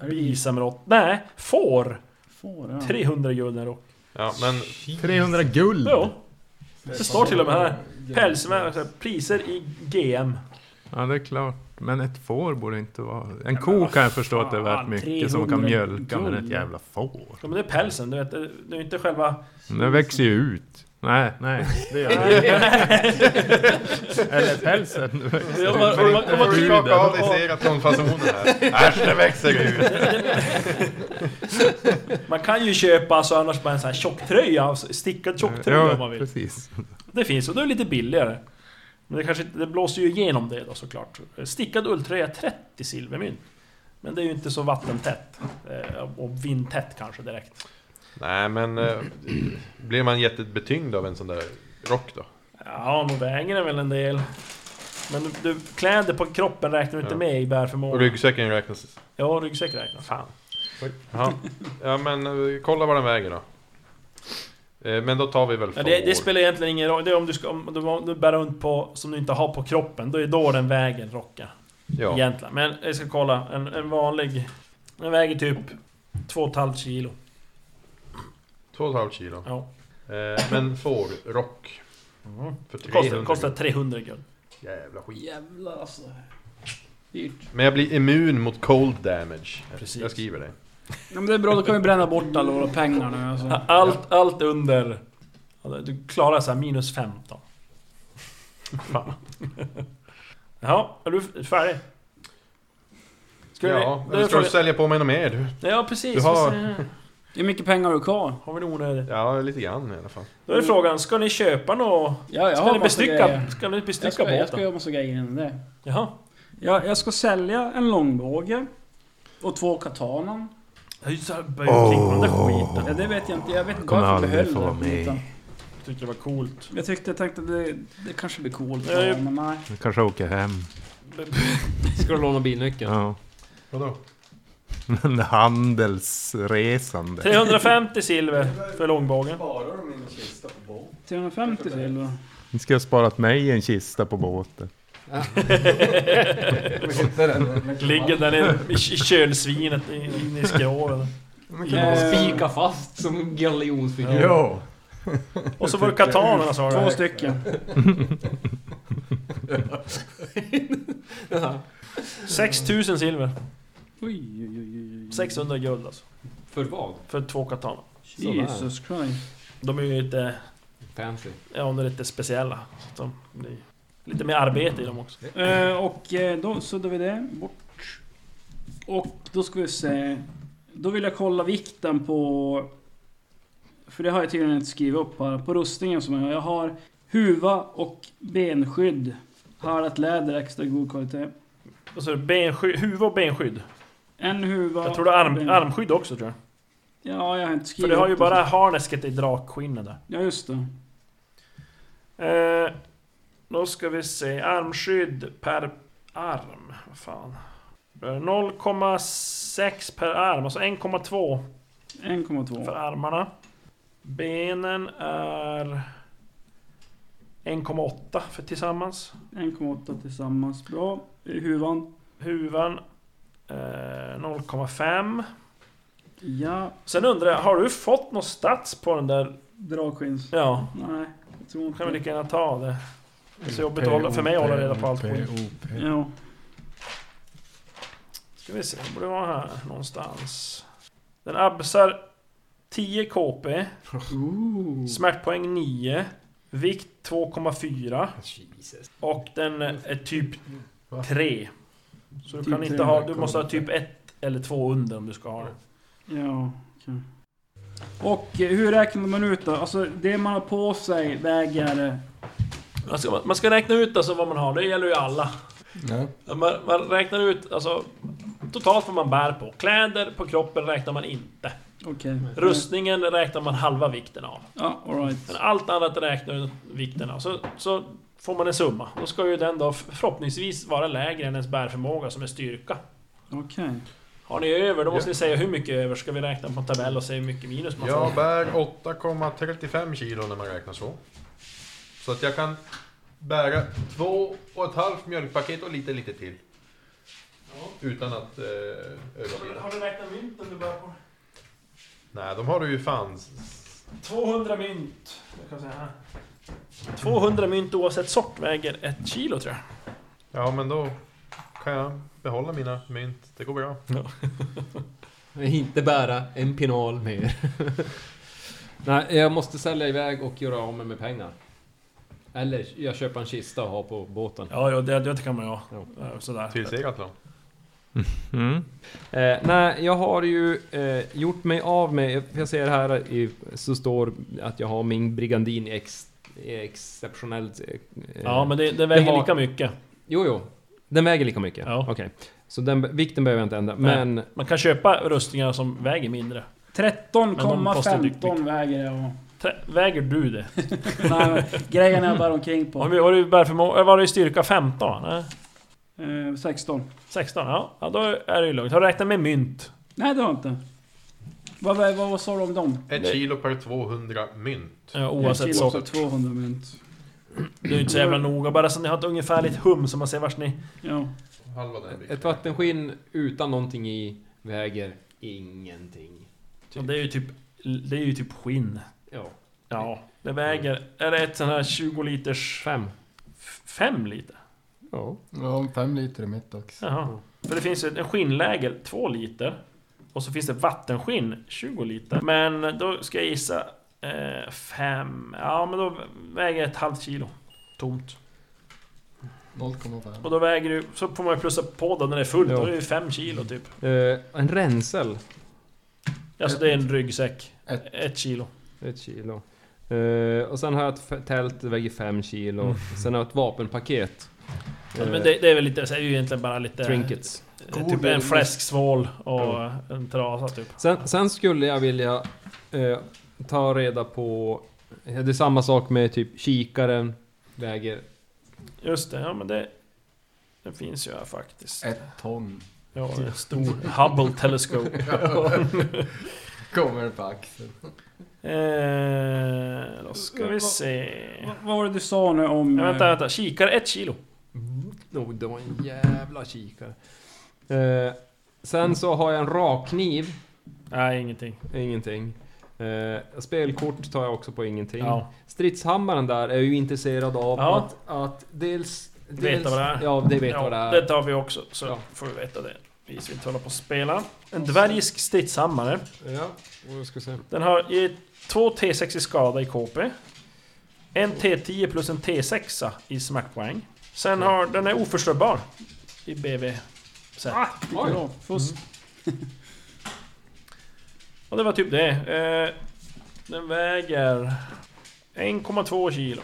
[SPEAKER 5] det is?
[SPEAKER 2] bisamrotta. Nej, får.
[SPEAKER 5] Får, ja.
[SPEAKER 2] 300 guld en rock.
[SPEAKER 4] Ja, men
[SPEAKER 3] 300 guld!
[SPEAKER 2] Jo. Det står till och med här. Päls med alltså, priser i GM.
[SPEAKER 3] Ja, det är klart. Men ett får borde inte vara... En ko kan jag förstå att det är värt
[SPEAKER 5] fan,
[SPEAKER 3] mycket som kan
[SPEAKER 5] 300
[SPEAKER 3] mjölka, men ett
[SPEAKER 5] guld.
[SPEAKER 3] jävla får.
[SPEAKER 2] Ja, men det är pälsen, du vet. Det är ju inte själva...
[SPEAKER 3] Men Den växer ju ut. Nej, nej. Det gör den inte. Eller pälsen. den växer
[SPEAKER 2] Ja,
[SPEAKER 3] ut.
[SPEAKER 2] men-
[SPEAKER 3] Men
[SPEAKER 2] men-
[SPEAKER 3] inte
[SPEAKER 4] får du skaka
[SPEAKER 3] huden.
[SPEAKER 4] av dig seratonfasonen här? Äsch, det växer ut!
[SPEAKER 2] Man kan ju köpa alltså, annars bara en sån här tjocktröja. alltså, Stickad tjocktröja om man
[SPEAKER 3] Ja,
[SPEAKER 2] vill.
[SPEAKER 3] precis.
[SPEAKER 2] Det finns och det är lite billigare. Men det kanske inte- det blåser ju igenom det då såklart. Stickad ulltröja 30 silvermynt. Men det är ju inte så vattentätt. Eh, Och vindtätt kanske direkt.
[SPEAKER 4] Nej men, eh, blir man jättebetyngd av en sån där rock då?
[SPEAKER 2] Ja, nog väger den väl en del. Men du, du, kläder på kroppen räknar du inte
[SPEAKER 4] Ja.
[SPEAKER 2] med i
[SPEAKER 4] Och
[SPEAKER 2] bärförmågan.
[SPEAKER 4] ryggsäcken räknas
[SPEAKER 2] Ja, ryggsäck räknar. Fan.
[SPEAKER 4] Ja. ja men eh, kolla vad den väger då. Eh, Men då tar vi väl
[SPEAKER 2] Ja,
[SPEAKER 4] får.
[SPEAKER 2] det, det spelar egentligen ingen roll. Det är om du, ska, om du, om du bär runt på som du inte har på kroppen. Då är då den vägen rocka.
[SPEAKER 4] ja.
[SPEAKER 2] Egentligen. Men jag ska kolla. En, en vanlig... Den väger typ 2,5 kilo.
[SPEAKER 4] Två och ett halvt kilo.
[SPEAKER 2] Ja.
[SPEAKER 4] Eh, Men får rock. För
[SPEAKER 2] Det Mm. kostar,
[SPEAKER 4] 300
[SPEAKER 2] kostar 300 guld.
[SPEAKER 4] Jävla skit.
[SPEAKER 5] Jävlar alltså. Dyrt.
[SPEAKER 4] Men jag blir immun mot cold damage.
[SPEAKER 2] Precis.
[SPEAKER 4] Jag skriver det.
[SPEAKER 5] Ja, men det är bra, då kan vi bränna bort alla våra pengar nu alltså.
[SPEAKER 2] Allt, allt under... ja, Du klarar så här minus 15. Fan. Jaha, är du färdig? Ska vi-
[SPEAKER 4] Ja,
[SPEAKER 2] då är
[SPEAKER 4] eller ska du
[SPEAKER 2] frågan-
[SPEAKER 4] sälja på mig något mer du?
[SPEAKER 2] Ja precis,
[SPEAKER 4] Du har-
[SPEAKER 2] vi ser.
[SPEAKER 5] Hur mycket pengar har du kvar?
[SPEAKER 2] har vi det onödigt?
[SPEAKER 4] Ja, lite grann i alla fall.
[SPEAKER 2] Då är frågan, ska ni köpa något?
[SPEAKER 5] Ja, jag
[SPEAKER 2] Ska
[SPEAKER 5] har
[SPEAKER 2] ni
[SPEAKER 5] massa grejer.
[SPEAKER 2] bestycka, ska ni bestycka
[SPEAKER 5] Jag ska,
[SPEAKER 2] båten?
[SPEAKER 5] jag ska göra massa grejer innan det.
[SPEAKER 2] Jaha.
[SPEAKER 5] Jag, jag ska sälja en långbåge. Och två katanan.
[SPEAKER 2] Jag började kring med den där skiten.
[SPEAKER 5] Ja, det vet jag inte. Jag vet inte
[SPEAKER 3] Kommer
[SPEAKER 5] varför jag
[SPEAKER 3] aldrig
[SPEAKER 5] behöll
[SPEAKER 3] få vara
[SPEAKER 5] det.
[SPEAKER 3] med.
[SPEAKER 5] Utan
[SPEAKER 2] Jag tyckte det var coolt.
[SPEAKER 5] Jag tyckte, jag tänkte det, det kanske blir coolt.
[SPEAKER 2] Ja, ju-
[SPEAKER 5] Men nej.
[SPEAKER 3] Jag kanske åker hem.
[SPEAKER 8] Ska du låna bilnyckeln?
[SPEAKER 3] Ja.
[SPEAKER 4] Vadå?
[SPEAKER 3] Men handelsresande.
[SPEAKER 2] 350 silver för långbågen.
[SPEAKER 6] Sparar de min kista på båt?
[SPEAKER 5] 350 silver.
[SPEAKER 3] Ni ska ha sparat mig en kista på båten.
[SPEAKER 6] Vi hittar den. den kan
[SPEAKER 2] Ligger där nere i k- kölsvinet i- inne i skroven.
[SPEAKER 6] vara-
[SPEAKER 5] Eh,
[SPEAKER 7] Spika fast som galjonsfigur.
[SPEAKER 6] Jo!
[SPEAKER 2] Och så var det katanerna sa
[SPEAKER 5] Två
[SPEAKER 2] du.
[SPEAKER 5] stycken.
[SPEAKER 7] Ja.
[SPEAKER 2] 6000 silver.
[SPEAKER 5] Oj, oj, oj, oj, oj.
[SPEAKER 2] 600 guld alltså.
[SPEAKER 7] För vad?
[SPEAKER 2] För två kataner.
[SPEAKER 7] Sådär.
[SPEAKER 5] Jesus Christ.
[SPEAKER 2] De är ju lite,
[SPEAKER 7] Fancy.
[SPEAKER 2] ja, de är lite speciella. Så att de blir lite mer arbete i dem också.
[SPEAKER 5] Eh, och eh, då suddar vi det bort. Och då ska vi se. Då vill jag kolla vikten på... För det har jag tydligen inte skrivit upp här. På rustningen som jag har. Jag har huva och benskydd. Härdat läder, extra god kvalitet.
[SPEAKER 2] Och så är det benskydd, huvud och benskydd.
[SPEAKER 5] En huva...
[SPEAKER 2] Jag tror det är arm,
[SPEAKER 5] ben-
[SPEAKER 2] armskydd också tror jag.
[SPEAKER 5] Ja, jag har inte
[SPEAKER 2] För
[SPEAKER 5] skrivit
[SPEAKER 2] det har ju
[SPEAKER 5] upp det.
[SPEAKER 2] bara harnesket i drakskinnet där.
[SPEAKER 5] Ja, just det.
[SPEAKER 2] Eh, då ska vi se, armskydd per arm. Vad fan. Eh, 0,6 per arm, alltså 1,2 för
[SPEAKER 5] 1,2.
[SPEAKER 2] armarna. Benen är 1,8 för tillsammans.
[SPEAKER 5] 1,8 tillsammans. Bra. Huvan.
[SPEAKER 2] Huvan eh, 0,5.
[SPEAKER 5] Ja.
[SPEAKER 2] Sen undrar jag, har du fått någon stats på den där?
[SPEAKER 5] Dragskins.
[SPEAKER 2] Ja,
[SPEAKER 5] Nej, jag tror
[SPEAKER 2] då kan vi
[SPEAKER 5] inte.
[SPEAKER 2] lika gärna ta det. Det är så jobbigt att hålla, för mig att hålla reda på allt skit.
[SPEAKER 5] Ja.
[SPEAKER 2] Ska vi se, den borde vara här någonstans. Den absar 10 KP,
[SPEAKER 5] Ooh.
[SPEAKER 2] smärtpoäng 9, vikt 2,4 och den är typ 3. Så du
[SPEAKER 5] Typ
[SPEAKER 2] kan inte ha, du måste ha typ 1 eller 2 under om du ska ha den.
[SPEAKER 5] Ja, okej. Och eh, hur räknar man ut då? Alltså det man har på sig väger... eh,
[SPEAKER 2] Man ska, man ska räkna ut alltså vad man har, det gäller ju alla.
[SPEAKER 6] Ja.
[SPEAKER 2] Man, man räknar ut alltså totalt vad man bär på. Kläder på kroppen räknar man inte.
[SPEAKER 5] Okej.
[SPEAKER 2] Rustningen räknar man halva vikten av.
[SPEAKER 5] Ja, alright.
[SPEAKER 2] Men allt annat räknar ju vikten av. Så, så får man en summa. Då ska ju den då förhoppningsvis vara lägre än ens bärförmåga som är styrka.
[SPEAKER 5] Okej.
[SPEAKER 2] Har ni över, då måste ni säga hur mycket över. Ska vi räkna på en tabell och se hur mycket minus man
[SPEAKER 4] Jag
[SPEAKER 2] får?
[SPEAKER 4] bär 8,35 kilo när man räknar så. Så att jag kan bära två och ett halvt mjölkpaket och lite, lite till. Utan att eh, överlida.
[SPEAKER 2] du räknat mynten du bär på?
[SPEAKER 4] Nej, de har du ju fan... s-
[SPEAKER 2] 200 mynt. 200 mynt oavsett sort väger ett kilo tror jag.
[SPEAKER 4] Ja, men då kan jag behålla mina mynt. Det går bra.
[SPEAKER 7] Inte bära en penal mer. Nej, jag måste sälja iväg och göra av mig med pengar. Eller jag köper en kista och har på båten.
[SPEAKER 2] Ja, ja det, det kan man ju ha.
[SPEAKER 7] Jo.
[SPEAKER 2] Ja, Sådär.
[SPEAKER 4] Till Segatlan.
[SPEAKER 3] Mm.
[SPEAKER 7] Eh, nej, jag har ju eh, gjort mig av med... Jag ser här i, så står att jag har min Brigandin ex, exceptionellt... Eh,
[SPEAKER 2] Ja, men det, det väger
[SPEAKER 7] Det har-
[SPEAKER 2] lika mycket.
[SPEAKER 7] Jo, jo. Den väger lika mycket?
[SPEAKER 2] Ja.
[SPEAKER 7] Okej. Så den vikten behöver jag inte ändra.
[SPEAKER 2] Nej.
[SPEAKER 7] Men...
[SPEAKER 2] Man kan köpa rustningar som väger mindre. Men de kostar dyrt,
[SPEAKER 5] 13,15
[SPEAKER 2] dyrt.
[SPEAKER 5] väger det och...
[SPEAKER 2] Trä- Väger du det?
[SPEAKER 5] Nej, men grejen jag bär omkring på.
[SPEAKER 2] Har vi- eh, har du bärförmåga? Var det i styrka 15? Nej.
[SPEAKER 5] Eh, 16.
[SPEAKER 2] 16? Ja. ja, då är det ju lugnt. Har du räknat med mynt?
[SPEAKER 5] Nej, det har jag inte. Vad, vad, vad sa du om dem?
[SPEAKER 4] Ett kilo per 200 mynt.
[SPEAKER 2] Ja, oavsett
[SPEAKER 5] Ett
[SPEAKER 2] så.
[SPEAKER 5] kilo för 200 mynt.
[SPEAKER 2] Det är ju inte så jävla noga. Bara så ni har ett ungefärligt hum så man ser vars ni...
[SPEAKER 5] Ja.
[SPEAKER 4] Halva den vikten.
[SPEAKER 7] Ett vattenskinn utan någonting i väger ingenting.
[SPEAKER 2] Ja, Det är ju typ... Det är ju typ skinn.
[SPEAKER 7] Ja.
[SPEAKER 2] Ja. Det väger... Är det ett sån här 20 liters...
[SPEAKER 7] Fem.
[SPEAKER 2] f- Fem liter?
[SPEAKER 7] Ja.
[SPEAKER 6] Ja, fem liter i mitt också.
[SPEAKER 2] Jaha. För det finns ju en skinnlägel, två liter. Och så finns det vattenskinn, 20 liter. Men då ska jag gissa... Eh, fem... Ja, men då väger ett halvt kilo. Tomt.
[SPEAKER 6] 0,5.
[SPEAKER 2] Och då väger du... Så får man ju plussa på då när det är fullt.
[SPEAKER 7] Ja.
[SPEAKER 2] Då är det ju fem kilo typ.
[SPEAKER 7] Eh, en ränsel.
[SPEAKER 2] Alltså det är en ryggsäck.
[SPEAKER 6] Ett.
[SPEAKER 2] Ett kilo.
[SPEAKER 7] Ett kilo. Eh, och sen har jag ett f- tält, det väger fem kilo. Sen har jag ett vapenpaket.
[SPEAKER 2] Ja,
[SPEAKER 7] Eh,
[SPEAKER 2] men det, det är väl lite, det är ju egentligen bara lite...
[SPEAKER 7] Trinkets.
[SPEAKER 2] eh, Typ en fläsksvål och en trasa typ.
[SPEAKER 7] Sen, sen skulle jag vilja eh, ta reda på... eh, Det är samma sak med typ kikaren. Väger...
[SPEAKER 2] Just det, ja men det... Det finns ju här faktiskt.
[SPEAKER 6] Ett ton.
[SPEAKER 2] Ja, en stor Hubble Telescope.
[SPEAKER 6] Kommer det på axeln.
[SPEAKER 2] Eh, då ska vi se...
[SPEAKER 5] Vad,
[SPEAKER 6] Mm.
[SPEAKER 5] vad var det du sa nu om...
[SPEAKER 2] Ja, vänta,
[SPEAKER 5] eh,
[SPEAKER 2] vänta. Kikare ett kilo.
[SPEAKER 7] Oh, det var en jävla kikare. Eh, sen så har jag en rakkniv.
[SPEAKER 2] Nej, ingenting.
[SPEAKER 7] Ingenting. Eh, spelkort tar jag också på ingenting.
[SPEAKER 2] Ja.
[SPEAKER 7] Stridshammaren där är ju intresserad av
[SPEAKER 2] Ja.
[SPEAKER 7] att, att dels... dels
[SPEAKER 2] Veta vad det är.
[SPEAKER 7] Ja, det vet
[SPEAKER 2] ja,
[SPEAKER 7] vad det är.
[SPEAKER 2] det tar vi också, så
[SPEAKER 7] Ja.
[SPEAKER 2] får vi veta det. Vi ska inte hålla på och spela. En dvärgisk stridshammare.
[SPEAKER 7] Ja, och jag ska se.
[SPEAKER 2] Den har i två T6 i skada i KP. En T10 plus en T6 i smackpoäng. Sen har den är oförstörbar i BV. set.
[SPEAKER 7] Ah.
[SPEAKER 5] Oj, då, fusk.
[SPEAKER 2] Och det var typ det. Eh, Den väger 1,2 kilo.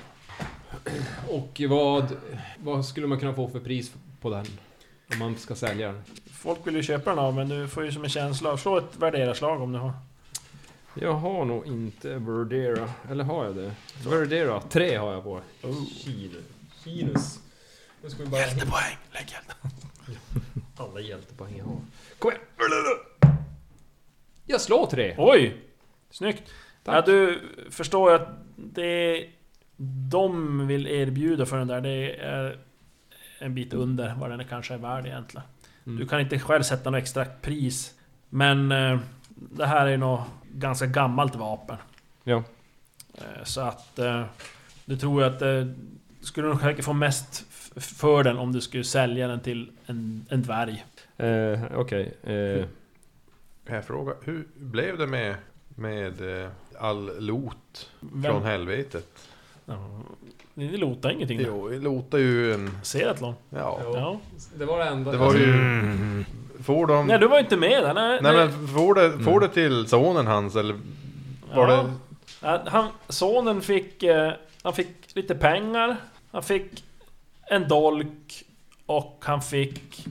[SPEAKER 7] Och vad, vad skulle man kunna få för pris på den? Om man ska sälja den?
[SPEAKER 2] Folk vill ju köpa den av men du får ju som en känsla av... Slå ett värderarslag om du har.
[SPEAKER 7] Jag har nog inte Verdera. Eller har jag det? Verdera. Tre har jag på.
[SPEAKER 8] Kino. Kinos. Nu ska vi bara...
[SPEAKER 2] Hjältepoäng! Lägg hjälte.
[SPEAKER 7] Alla hjältepoäng jag har. Kom igen! Jag slår tre!
[SPEAKER 2] Oj! Snyggt!
[SPEAKER 7] Tack.
[SPEAKER 2] Ja, du förstår ju att det de vill erbjuda för den där, det är en bit under vad den är kanske är värd egentligen.
[SPEAKER 7] Mm.
[SPEAKER 2] Du kan inte själv sätta något extra pris. Men eh, det här är ju något ganska gammalt vapen.
[SPEAKER 7] Ja.
[SPEAKER 2] Eh, Så att... eh, Du tror ju att... eh, Skulle du nog säkert få mest f- för den om du skulle sälja den till en, en dvärg.
[SPEAKER 7] Eh, Okej. Eh,
[SPEAKER 4] Kan jag fråga, hur blev det med, med eh, all lot
[SPEAKER 2] Vem-
[SPEAKER 4] från helvetet?
[SPEAKER 2] Ja, Ni lotar ingenting. Jo.
[SPEAKER 4] Jo, lotar ju en...
[SPEAKER 2] Ser ett lån.
[SPEAKER 4] Ja.
[SPEAKER 2] Ja.
[SPEAKER 7] det var det enda...
[SPEAKER 4] Det var ju...
[SPEAKER 2] Mm.
[SPEAKER 3] Mm.
[SPEAKER 4] Får de...
[SPEAKER 2] Nej,
[SPEAKER 4] Nej,
[SPEAKER 2] du var ju inte med där. Nej, nej.
[SPEAKER 4] men får det, får det till sonen hans eller var
[SPEAKER 2] Ja.
[SPEAKER 4] det...
[SPEAKER 2] Ja, Han, sonen fick... eh, Han fick lite pengar. Han fick en dolk. Och han fick...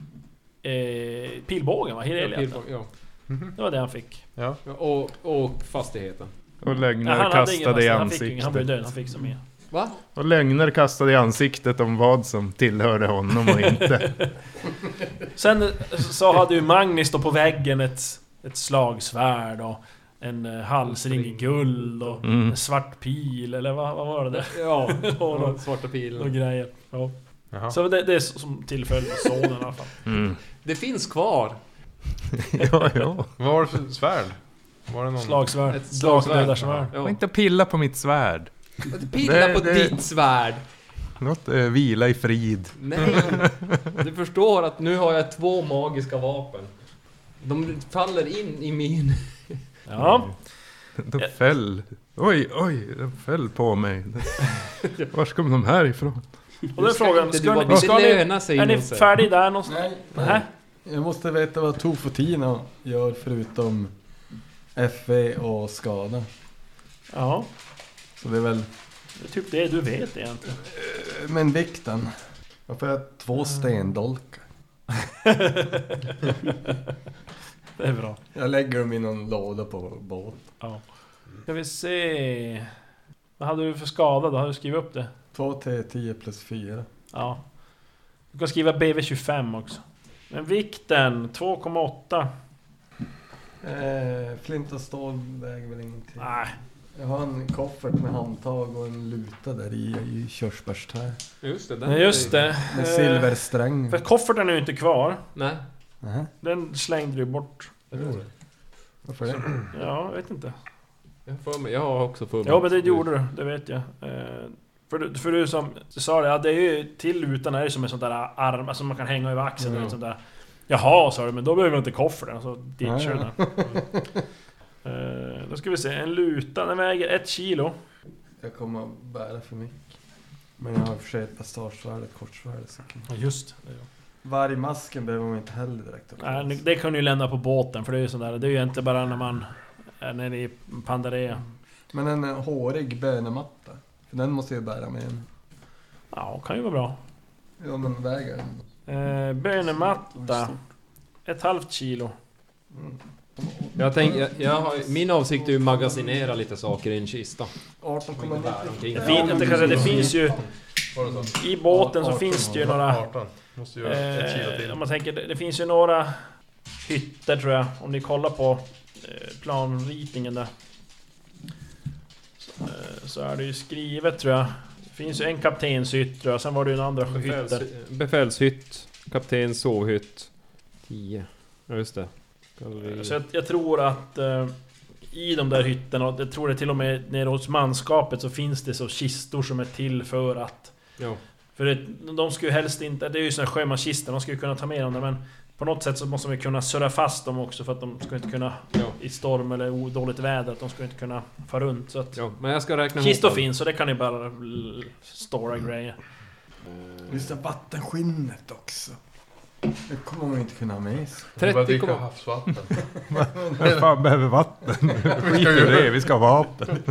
[SPEAKER 2] Eh, pilbågen va?
[SPEAKER 7] Ja,
[SPEAKER 2] Hireliaten.
[SPEAKER 7] Pilbåge, ja.
[SPEAKER 2] Det var det han fick.
[SPEAKER 4] Ja.
[SPEAKER 7] Ja, och, och fastigheten.
[SPEAKER 3] Och
[SPEAKER 2] Nej,
[SPEAKER 3] lögner
[SPEAKER 2] han hade ingen
[SPEAKER 3] kastade i
[SPEAKER 2] fast- han, fick ju ingen, han blev
[SPEAKER 3] ansiktet.
[SPEAKER 2] död. Han fick som mer.
[SPEAKER 7] Va?
[SPEAKER 3] Och lögner kastade i ansiktet om vad som tillhörde honom och inte.
[SPEAKER 2] Sen eh, så hade ju Magnus då på väggen ett, ett slagsvärd och en eh, halsring i guld och
[SPEAKER 3] Mm.
[SPEAKER 2] en svart pil eller vad, vad var det där?
[SPEAKER 7] Ja,
[SPEAKER 2] Och de-
[SPEAKER 7] de svarta
[SPEAKER 2] Och
[SPEAKER 7] pilen.
[SPEAKER 2] grejer. Ja.
[SPEAKER 4] Jaha.
[SPEAKER 2] Så det, det är som tillföll sonen i alla fall.
[SPEAKER 3] Mm.
[SPEAKER 7] Det finns kvar!
[SPEAKER 3] Ja, ja.
[SPEAKER 4] Vad var det för svärd? Var det någon...
[SPEAKER 2] Slagsvärd.
[SPEAKER 7] Ett slagsvärd.
[SPEAKER 2] Drakdödarsvärd.
[SPEAKER 7] Ja.
[SPEAKER 3] Var inte pilla på mitt svärd.
[SPEAKER 7] Pilla på
[SPEAKER 3] Nej, det-
[SPEAKER 7] ditt svärd!
[SPEAKER 3] Låt det eh, vila i frid.
[SPEAKER 7] Nej! Du förstår att nu har jag två magiska vapen. De faller in i min...
[SPEAKER 2] Ja.
[SPEAKER 3] De föll. Oj, oj, de föll på mig. Var kom de här ifrån?
[SPEAKER 2] Och då är frågan,
[SPEAKER 7] inte
[SPEAKER 2] ska
[SPEAKER 7] du
[SPEAKER 2] ni,
[SPEAKER 7] bara-
[SPEAKER 2] ska
[SPEAKER 7] det
[SPEAKER 2] ni,
[SPEAKER 7] lönar sig
[SPEAKER 2] är ni
[SPEAKER 7] inte.
[SPEAKER 2] färdig där någonstans?
[SPEAKER 6] Nej.
[SPEAKER 2] Nej.
[SPEAKER 6] Jag måste veta vad Tofotina gör förutom FV och skada.
[SPEAKER 2] Ja,
[SPEAKER 6] Så det är väl... Eh,
[SPEAKER 2] det är typ det du vet egentligen. Mm.
[SPEAKER 6] Men vikten. Varför har jag två stendolkar?
[SPEAKER 2] Det är bra.
[SPEAKER 6] Jag lägger dem i någon låda på båt.
[SPEAKER 2] Ja. Ska vi se... Vad hade du för skada då? Har du skrivit upp det?
[SPEAKER 6] Två T10 plus fyra.
[SPEAKER 2] Ja. Du kan skriva BV25 också. Men vikten 2,8.
[SPEAKER 6] Eh, flint och stål väger väl ingenting.
[SPEAKER 2] Nej,
[SPEAKER 6] Jag har en koffert med handtag och en luta där i, i körsbärsträ.
[SPEAKER 7] Just det, den
[SPEAKER 2] men just det.
[SPEAKER 6] Med
[SPEAKER 2] Eh,
[SPEAKER 6] silversträng.
[SPEAKER 2] För kofferten är ju inte kvar.
[SPEAKER 7] Nej.
[SPEAKER 6] Nähä,
[SPEAKER 2] Den slängde du bort.
[SPEAKER 6] varför det?
[SPEAKER 2] Ja, jag vet inte.
[SPEAKER 7] Jag, har för mig, jag har också för mig.
[SPEAKER 2] Ja, men det gjorde du. Det vet jag. Eh, För du, för du som du sa det, ja, det är ju till lutan är det som en sån där arm, alltså man kan hänga över axeln eller
[SPEAKER 6] Ja.
[SPEAKER 2] sånt där. Jaha, sa du, men då behöver jag inte kofferten. Och Så ditchade du den. Eh, Då ska vi se, en luta, den väger ett kilo.
[SPEAKER 6] Jag kommer att bära för mycket. Men jag har i och för sig ett passagesvärde, ett kortsvärde. så kan-
[SPEAKER 2] Ja, just
[SPEAKER 6] Vargmasken behöver man inte heller direkt.
[SPEAKER 2] Nej, nu- det kan du ju lämna på båten, för det är ju sån där, det är ju inte bara när man är nere i Pandarea.
[SPEAKER 6] Men en eh, hårig bönematta. För den måste jag bära med en.
[SPEAKER 2] Ja, kan ju vara bra.
[SPEAKER 6] Ja men väger den?
[SPEAKER 2] Eh, Bönematta, ett halvt kilo.
[SPEAKER 6] Mm.
[SPEAKER 7] Jag tänk, jag, jag har, min avsikt är ju att magasinera lite saker i en kista.
[SPEAKER 6] 18,90.
[SPEAKER 7] Omkring.
[SPEAKER 2] Det, fin, det, kanske, det finns ju...
[SPEAKER 4] Var det så?
[SPEAKER 2] I båten så finns det ju några...
[SPEAKER 4] 18. Måste göra ett kilo
[SPEAKER 2] Eh,
[SPEAKER 4] till.
[SPEAKER 2] om man tänker, det, det finns ju några hytter tror jag, om ni kollar på eh, planritningen där. Så, eh, så är det ju skrivet tror jag. Det finns ju en kaptenshytt tror jag, sen var det ju en andra
[SPEAKER 7] Befäls,
[SPEAKER 2] hytter.
[SPEAKER 7] befälshytt, kapten sovhytt. 10. Ja just det. Galleri.
[SPEAKER 2] Så jag, jag tror att eh, i de där hytterna, och jag tror det till och med nere hos manskapet så finns det så kistor som är till för att
[SPEAKER 7] Ja.
[SPEAKER 2] För det, de skulle ju helst inte... Det är ju såna här sjömanskistor, de skulle ju kunna ta med dem där men... På något sätt så måste man ju kunna surra fast dem också för att de ska inte kunna...
[SPEAKER 7] Ja.
[SPEAKER 2] I storm eller o- dåligt väder, att de ska inte kunna fara runt. Så att,
[SPEAKER 7] ja, men jag ska räkna
[SPEAKER 2] Kistor
[SPEAKER 7] dem.
[SPEAKER 2] finns så det kan ni bara l- stora
[SPEAKER 4] Mm.
[SPEAKER 2] grejer.
[SPEAKER 6] Just det, vattenskinnet också. Det kommer man inte kunna ha med sig.
[SPEAKER 4] Du bara
[SPEAKER 7] 30
[SPEAKER 4] dricka
[SPEAKER 7] komma...
[SPEAKER 4] havsvatten.
[SPEAKER 3] Vem fan behöver vatten? Skit i det, vi ska ha vapen.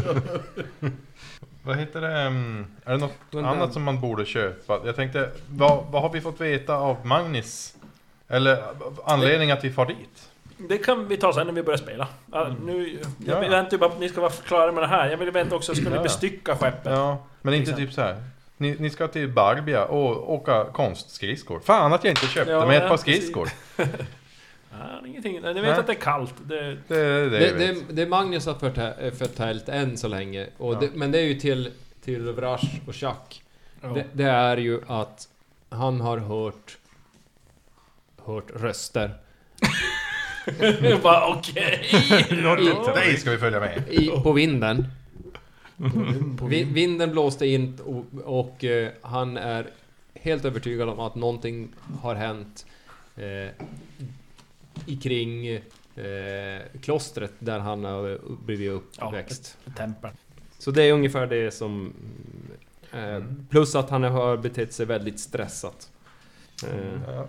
[SPEAKER 4] Vad heter det? mm, Är det något
[SPEAKER 7] Den där-
[SPEAKER 4] annat som man borde köpa? Jag tänkte, vad, vad har vi fått veta av Magnus? Eller anledningen att vi far dit?
[SPEAKER 2] Det kan vi ta sen när vi börjar spela. Ja, nu, jag
[SPEAKER 4] Mm. Ja.
[SPEAKER 2] väntar ju bara på att ni ska vara klara med det här. Jag vill vänta också, ska ni
[SPEAKER 4] Ja.
[SPEAKER 2] bestycka skeppet?
[SPEAKER 4] Ja, men inte
[SPEAKER 2] Exakt.
[SPEAKER 4] typ så här. Ni, ni ska till Barbia och åka konstskridskor. Fan att jag inte köpte
[SPEAKER 2] Ja,
[SPEAKER 4] mig ett
[SPEAKER 2] ja,
[SPEAKER 4] par
[SPEAKER 2] precis.
[SPEAKER 4] skridskor.
[SPEAKER 2] Nej, ingenting. Nej, Ni vet
[SPEAKER 4] Nej.
[SPEAKER 2] att det är kallt. Det,
[SPEAKER 4] Det är det,
[SPEAKER 7] Det,
[SPEAKER 4] jag vet.
[SPEAKER 7] det, det Magnus har eh, förtä- förtäljt än så länge. Och
[SPEAKER 4] Ja.
[SPEAKER 7] det, men det är ju till, till Vrash och Chuck.
[SPEAKER 2] ja.
[SPEAKER 7] Det, det är ju att han har hört... Hört röster.
[SPEAKER 2] Jag bara okej.
[SPEAKER 4] Dig ska vi följa med.
[SPEAKER 7] I, på vinden. Vi- Vinden blåste in och, och eh, han är helt övertygad om att någonting har hänt eh, i kring eh, klostret där han har blivit uppväxt.
[SPEAKER 2] Tempel.
[SPEAKER 7] Så det är ungefär det som... Eh, plus att han har betett sig väldigt stressat. Eh,
[SPEAKER 4] Ja.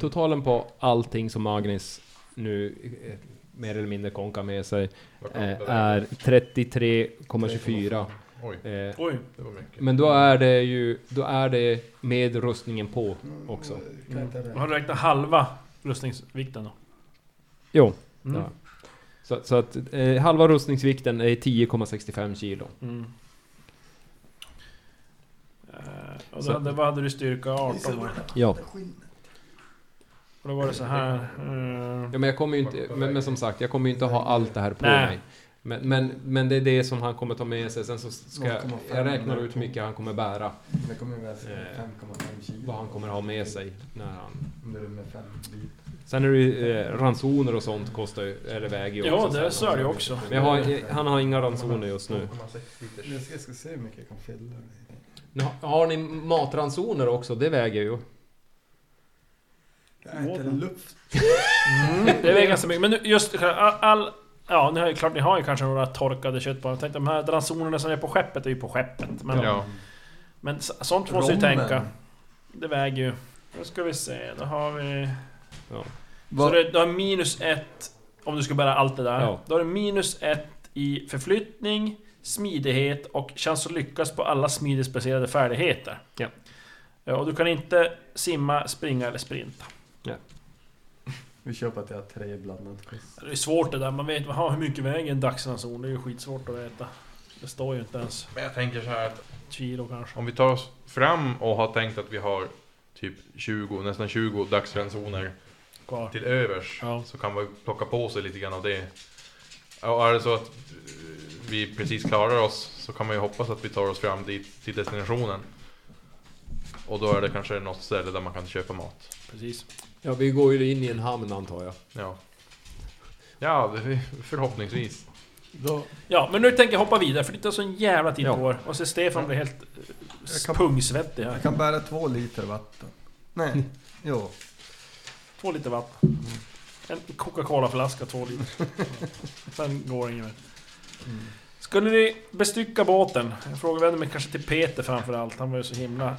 [SPEAKER 7] totalen på allting som Agnes nu eh, mer eller mindre konkar med sig eh, är 33,24.
[SPEAKER 4] Oj,
[SPEAKER 7] Eh,
[SPEAKER 2] Oj.
[SPEAKER 4] det var mycket.
[SPEAKER 7] men då är det ju, då är det med rustningen på också.
[SPEAKER 6] Kan inte det.
[SPEAKER 2] Har du räknat halva rustningsvikten då?
[SPEAKER 7] Jo.
[SPEAKER 2] Mm.
[SPEAKER 7] Ja. Så, så att eh, halva rustningsvikten är 10,65 kilo.
[SPEAKER 2] Mm. Eh, och då
[SPEAKER 7] Så-
[SPEAKER 2] hade, vad hade du styrka 18 va?
[SPEAKER 7] Ja.
[SPEAKER 2] Och då var det så här. eh,
[SPEAKER 7] ja men jag kommer ju inte, men, men som sagt, jag kommer ju inte ha allt det här på
[SPEAKER 2] Nej.
[SPEAKER 7] mig. Men, men, men det är det som han kommer ta med sig. Sen så ska jag, jag räknar ut hur mycket han kommer bära.
[SPEAKER 6] Det kommer ju vara så
[SPEAKER 7] Eh,
[SPEAKER 6] 5,5 kilo.
[SPEAKER 7] Vad han kommer ha med sig när han
[SPEAKER 6] Om det är med fem bit.
[SPEAKER 7] Sen är det ju eh, ransoner och sånt kostar ju, eller väger ju
[SPEAKER 2] Ja,
[SPEAKER 7] också.
[SPEAKER 2] det
[SPEAKER 7] sen.
[SPEAKER 2] så är det ju också.
[SPEAKER 7] Men jag har, eh, han har inga ransoner just nu.
[SPEAKER 6] Jag ska, jag ska se hur mycket jag kan fylla.
[SPEAKER 7] nu. har- Har ni matransoner också? Det väger ju.
[SPEAKER 6] Jag äter luft.
[SPEAKER 2] Det väger ganska mycket. Men nu, just all... all ja, ni har ju, klart ni har ju kanske några torkade köttbullar. Jag tänkte de här ransonerna som är på skeppet är ju på skeppet. Men,
[SPEAKER 4] Ja.
[SPEAKER 2] men så- sånt måste ju
[SPEAKER 6] Rommen.
[SPEAKER 2] tänka. Det väger ju. Nu ska vi se, då har vi... Så
[SPEAKER 6] Vad-
[SPEAKER 2] det, du har minus ett om du ska bära allt det där.
[SPEAKER 7] Ja.
[SPEAKER 2] Då har du minus ett i förflyttning, smidighet och chans att lyckas på alla smidighetsbaserade färdigheter.
[SPEAKER 7] Ja.
[SPEAKER 2] Ja, Och du kan inte simma, springa eller sprinta.
[SPEAKER 6] Vi kör på att jag har tre blandat kost.
[SPEAKER 2] Det är svårt det där, man vet aha, hur mycket väger en dagsranson? Det är ju skitsvårt att veta. Det står ju inte ens
[SPEAKER 4] Men jag tänker så här att
[SPEAKER 2] kilo kanske.
[SPEAKER 4] Om vi tar oss fram och har tänkt att vi har typ 20, nästan 20 dagsransoner
[SPEAKER 2] kvar.
[SPEAKER 4] till övers
[SPEAKER 2] Ja.
[SPEAKER 4] så kan man plocka på sig lite grann av det. Och är det så att eh, vi precis klarar oss så kan man ju hoppas att vi tar oss fram dit till destinationen. Och då är det kanske något ställe där man kan köpa mat.
[SPEAKER 2] Precis.
[SPEAKER 7] Ja, vi går ju in i en hamn antar jag.
[SPEAKER 4] Ja, ja det- förhoppningsvis.
[SPEAKER 6] Då,
[SPEAKER 2] Ja, men nu tänker jag hoppa vidare för det tar sån jävla tid
[SPEAKER 4] Ja.
[SPEAKER 2] på år. Och så Stefan blir helt
[SPEAKER 6] Jag
[SPEAKER 2] eh,
[SPEAKER 6] kan-
[SPEAKER 2] pungsvettig här.
[SPEAKER 6] jag kan bära två liter vatten. Nej, jo.
[SPEAKER 2] Två liter vatten. En Coca-Cola-flaska, två liter. Sen går det inget mer. Skulle ni bestycka båten? Jag frågar vänder mig kanske till Peter framförallt. Han var ju så himla...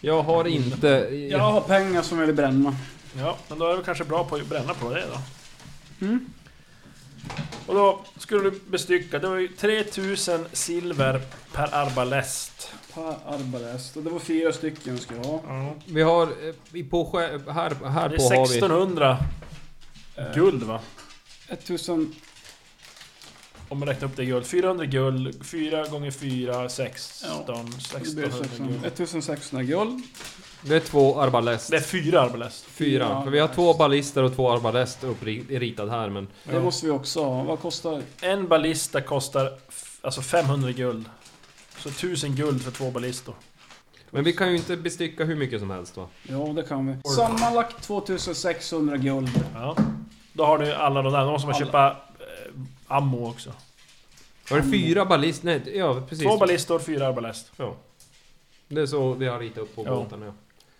[SPEAKER 7] Jag har
[SPEAKER 6] Mm.
[SPEAKER 7] inte...
[SPEAKER 5] Mm. Jag har pengar som jag vill bränna.
[SPEAKER 2] Ja, men då är det kanske bra på att bränna på det då.
[SPEAKER 5] Mm.
[SPEAKER 2] Och då skulle du bestycka. Det var ju 3000 silver per arbalest.
[SPEAKER 5] Per arbalest. Och det var fyra stycken ska jag ha.
[SPEAKER 7] Vi har... eh, i- På, skär- här, här
[SPEAKER 2] Det
[SPEAKER 7] på har
[SPEAKER 2] är
[SPEAKER 7] vi...
[SPEAKER 2] 1600 guld va?
[SPEAKER 5] 1000...
[SPEAKER 2] Om man räknar upp det i guld. 400 guld, 4 gånger 4, 16,
[SPEAKER 5] Ja, Det blir
[SPEAKER 2] 1600
[SPEAKER 5] 1600.
[SPEAKER 2] guld.
[SPEAKER 5] 1600 guld.
[SPEAKER 7] Det är två arbalest.
[SPEAKER 2] Det är fyra arbalest.
[SPEAKER 7] Fyra. För vi har två ballister och två arbalest uppritad här men...
[SPEAKER 5] Det måste vi också ha. Vad kostar...
[SPEAKER 2] En ballista kostar f- alltså 500 guld. Så 1000 guld för två ballistor.
[SPEAKER 7] Men vi kan ju inte bestycka hur mycket som helst va?
[SPEAKER 5] Ja, det kan vi. Sammanlagt 2600 guld.
[SPEAKER 2] Ja. Då har du alla de där. Då måste man
[SPEAKER 5] Alla.
[SPEAKER 2] köpa eh, ammo också.
[SPEAKER 7] Var det fyra ballist? Nej, ja precis.
[SPEAKER 2] Mm. Två ballistor, fyra arbalest.
[SPEAKER 7] Det är så vi har ritat upp på
[SPEAKER 2] Ja.
[SPEAKER 7] båten ja.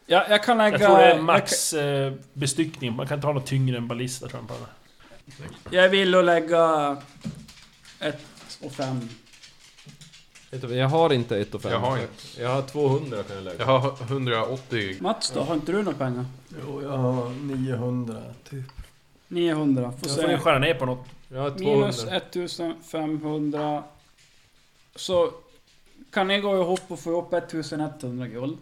[SPEAKER 5] Ja, jag kan lägga...
[SPEAKER 2] Jag tror det är max eh, bestyckning. Man kan inte ha något tyngre än ballista tror jag. på den här.
[SPEAKER 5] Jag, jag vill att lägga... ett och fem.
[SPEAKER 7] Ett och- Jag har inte ett och fem.
[SPEAKER 4] Jag har inte.
[SPEAKER 7] Jag har 200 kan jag lägga.
[SPEAKER 4] Jag har 180.
[SPEAKER 5] Mats då? Har inte du några pengar?
[SPEAKER 6] Jo, jag har 900 typ.
[SPEAKER 5] 900. Får
[SPEAKER 2] Då får ni
[SPEAKER 5] se.
[SPEAKER 2] skära ner på något.
[SPEAKER 7] Jag har 200.
[SPEAKER 5] Minus 1500. Så kan ni gå ihop och få ihop 1100 guld.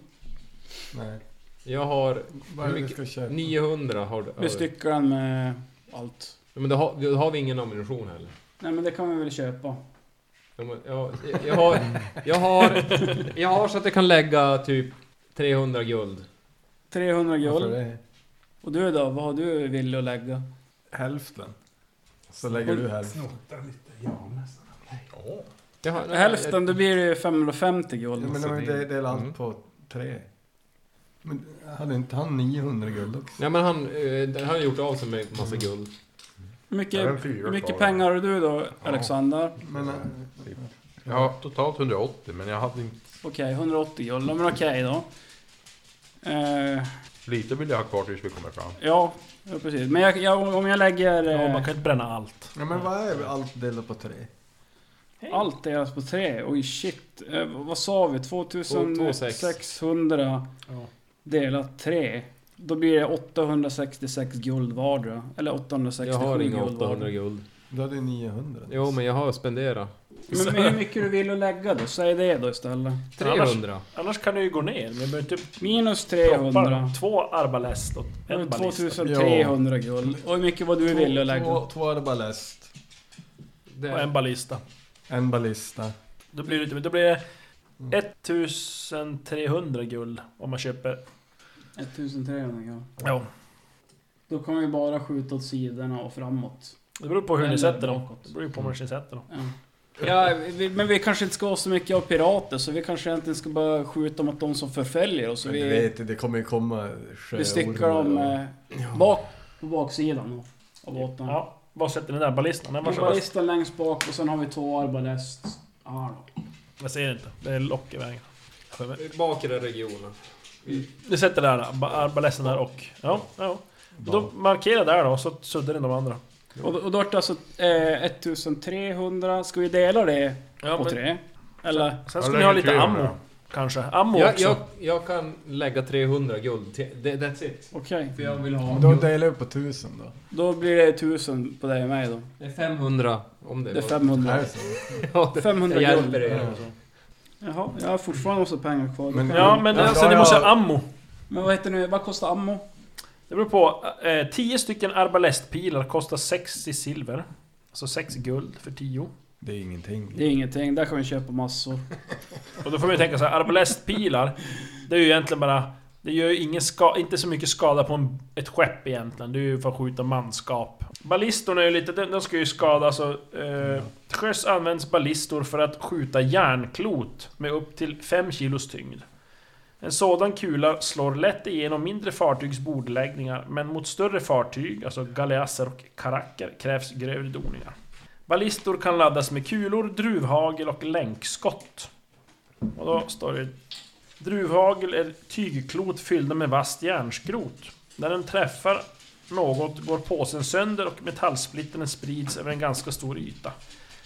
[SPEAKER 6] Nej.
[SPEAKER 7] Jag har
[SPEAKER 6] Vad är det vi
[SPEAKER 7] mycket-
[SPEAKER 6] ska köpa?
[SPEAKER 7] 900 har du.
[SPEAKER 5] Bestycka den med allt.
[SPEAKER 7] Ja, men då har, då har vi ingen ammunition heller.
[SPEAKER 5] Nej men det kan vi väl köpa.
[SPEAKER 7] Ja, men Jag, jag, har, jag, har, jag har så att jag kan lägga typ 300 guld.
[SPEAKER 5] 300
[SPEAKER 6] Varför
[SPEAKER 5] guld.
[SPEAKER 6] det?
[SPEAKER 5] Och du då? Vad har du vill att lägga?
[SPEAKER 6] Hälften. Så lägger du hälften.
[SPEAKER 7] Jag har,
[SPEAKER 5] Hälften, då blir det ju 550
[SPEAKER 6] Ja,
[SPEAKER 5] guld.
[SPEAKER 6] men
[SPEAKER 5] Ja,
[SPEAKER 6] det, det, delar
[SPEAKER 7] Mm.
[SPEAKER 6] allt på tre. Men hade inte han 900 guld också?
[SPEAKER 7] Nej men han, eh, han har gjort av sig med massa guld.
[SPEAKER 5] Hur
[SPEAKER 4] Jag har en
[SPEAKER 5] mycket,
[SPEAKER 4] fyra
[SPEAKER 5] hur mycket
[SPEAKER 4] kvar.
[SPEAKER 5] pengar har du då,
[SPEAKER 4] Ja.
[SPEAKER 5] Alexander?
[SPEAKER 6] Men, eh,
[SPEAKER 4] Jag har totalt 180 men jag hade inte...
[SPEAKER 5] Okej, 180 guld. Ja, Men okej då. Eh,
[SPEAKER 4] Lite vill jag ha kvar tills vi kommer fram.
[SPEAKER 5] ja, ja, precis. Men jag, jag, om jag lägger...
[SPEAKER 2] Ja, man
[SPEAKER 5] Eh,
[SPEAKER 2] kan inte bränna allt.
[SPEAKER 6] ja, men vad är allt delat på tre?
[SPEAKER 5] allt delas på tre. Oj shit. Eh, vad sa vi? 2600
[SPEAKER 2] Ja.
[SPEAKER 5] delat tre. Då blir det 866 guld vardera. Eller 867
[SPEAKER 7] Jag har inga
[SPEAKER 5] guld vardera.
[SPEAKER 7] 800 guld.
[SPEAKER 6] Du hade ju 900.
[SPEAKER 7] Jo men jag har spenderat.
[SPEAKER 5] Men, men hur mycket du vill att lägga då? Säg det då istället.
[SPEAKER 7] 300.
[SPEAKER 2] Annars kan du ju gå ner. Men du behöver inte
[SPEAKER 5] Minus
[SPEAKER 2] proppa
[SPEAKER 5] 300.
[SPEAKER 2] två arbalest och en ballista.
[SPEAKER 5] 2300 guld. Och hur mycket vad du vill att lägga?
[SPEAKER 6] Två, två arbalest.
[SPEAKER 7] Det
[SPEAKER 2] Och en
[SPEAKER 7] är,
[SPEAKER 2] ballista.
[SPEAKER 6] En ballista.
[SPEAKER 2] Då blir det, då blir det
[SPEAKER 6] Mm.
[SPEAKER 2] 1300 guld om man köper...
[SPEAKER 5] 1300 guld.
[SPEAKER 2] Ja,
[SPEAKER 5] Då kan vi bara skjuta åt sidorna och framåt.
[SPEAKER 2] det beror på hur ni
[SPEAKER 5] Eller
[SPEAKER 2] sätter dem.
[SPEAKER 5] bakåt.
[SPEAKER 2] Det beror ju på hur ni sätter dem.
[SPEAKER 5] Ja. Ja, vi, men vi kanske inte ska ha så mycket av pirater så vi kanske egentligen ska bara skjuta mot de som förföljer oss.
[SPEAKER 6] Så
[SPEAKER 5] och
[SPEAKER 6] vi...
[SPEAKER 5] Vi,
[SPEAKER 6] vet ju, det kommer ju komma sjöormar.
[SPEAKER 5] vi styckar dem eh, bak, på baksidan då, av båten.
[SPEAKER 2] Ja, vad sätter ni där? Ballistan? Den
[SPEAKER 5] Vi
[SPEAKER 2] var
[SPEAKER 5] ballistar längst bak och sen har vi två arbalest. här då.
[SPEAKER 2] Jag ser inte. Det är lock i vägen.
[SPEAKER 5] eh-
[SPEAKER 7] bakre regionen.
[SPEAKER 2] Ni sätter där, ba- arbalesten där och... Ja, ja. Då markera där då, så suddar ni de andra.
[SPEAKER 5] Och, och då är det alltså eh, 1300. Ska vi dela det
[SPEAKER 2] Ja,
[SPEAKER 5] på
[SPEAKER 2] men-
[SPEAKER 5] tre? Eller?
[SPEAKER 2] Sen ska ni ha lite ammo, kanske. Ammo
[SPEAKER 7] Jag,
[SPEAKER 2] också.
[SPEAKER 7] jag, jag kan lägga 300 guld till... det- That's it.
[SPEAKER 5] Okej.
[SPEAKER 7] För jag vill ha...
[SPEAKER 6] Då delar vi på tusen då.
[SPEAKER 5] Då blir det 1000 på dig och mig då.
[SPEAKER 7] Det är 500 om det,
[SPEAKER 5] Det är
[SPEAKER 7] var-
[SPEAKER 5] 500.
[SPEAKER 6] Är det så?
[SPEAKER 7] Ja, det-
[SPEAKER 5] 500
[SPEAKER 7] jag
[SPEAKER 5] guld.
[SPEAKER 7] hjälper er.
[SPEAKER 6] Ja.
[SPEAKER 5] Jaha, jag har fortfarande massa pengar kvar.
[SPEAKER 6] Men-
[SPEAKER 2] Ja, men
[SPEAKER 6] Ja,
[SPEAKER 2] alltså
[SPEAKER 6] ja,
[SPEAKER 2] ni
[SPEAKER 6] ja.
[SPEAKER 2] måste ha ammo.
[SPEAKER 5] Men vad heter nu? Vad kostar ammo?
[SPEAKER 2] Det beror på. Eh, 10 stycken arbalestpilar kostar 60 silver. Alltså 6 guld för 10.
[SPEAKER 6] Det är ingenting.
[SPEAKER 5] Det är ingenting, där kan vi köpa massor.
[SPEAKER 2] Och då får man ju tänka så här, arbalestpilar, det är ju egentligen bara Det gör ju ingen ska, inte så mycket skada på en, ett skepp egentligen. Det är ju för att skjuta manskap. Ballistorna är ju lite... De, de ska ju skada alltså... Eh, till sjöss används ballistor för att skjuta järnklot med upp till 5 kilos tyngd. En sådan kula slår lätt igenom mindre fartygs bordläggningar, men mot större fartyg, alltså galeasser och karacker, krävs grövre doningar. Ballistor kan laddas med kulor, druvhagel och länkskott. Och då står det... Druvhagel är tygklot fyllda med vasst järnskrot. När den träffar något går påsen sönder och metallsplittern sprids över en ganska stor yta.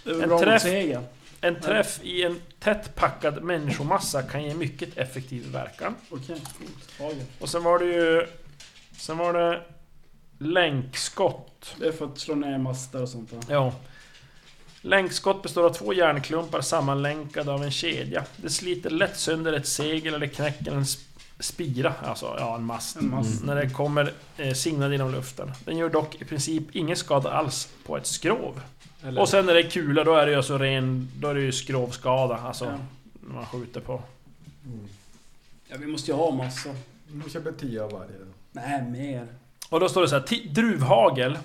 [SPEAKER 2] En
[SPEAKER 5] Ron
[SPEAKER 2] träff-
[SPEAKER 5] Sega.
[SPEAKER 2] En träff i en tätt packad människomassa kan ge mycket effektiv verkan.
[SPEAKER 5] Okej, coolt. Hagen.
[SPEAKER 2] Och sen var det ju... Sen var det... Länkskott.
[SPEAKER 5] Det är för att slå ner master och sånt där.
[SPEAKER 2] Ja. Länkskott består av två järnklumpar sammanlänkade av en kedja. Det sliter lätt sönder ett segel eller knäcker en sp- spira, alltså ja, en mast.
[SPEAKER 6] Mm.
[SPEAKER 5] En mast.
[SPEAKER 2] När det kommer eh, signad genom luften. Den gör dock i princip ingen skada alls på ett skrov.
[SPEAKER 7] Eller,
[SPEAKER 2] Och sen när det är kula, då är det ju alltså ren... Då är det ju skrovskada, alltså.
[SPEAKER 5] Ja.
[SPEAKER 2] När man skjuter på.
[SPEAKER 5] Ja, vi måste ju ha massa.
[SPEAKER 6] Vi köper tio av varje. då.
[SPEAKER 5] Nej, mer.
[SPEAKER 2] Och då står det så här, ti- druvhagel.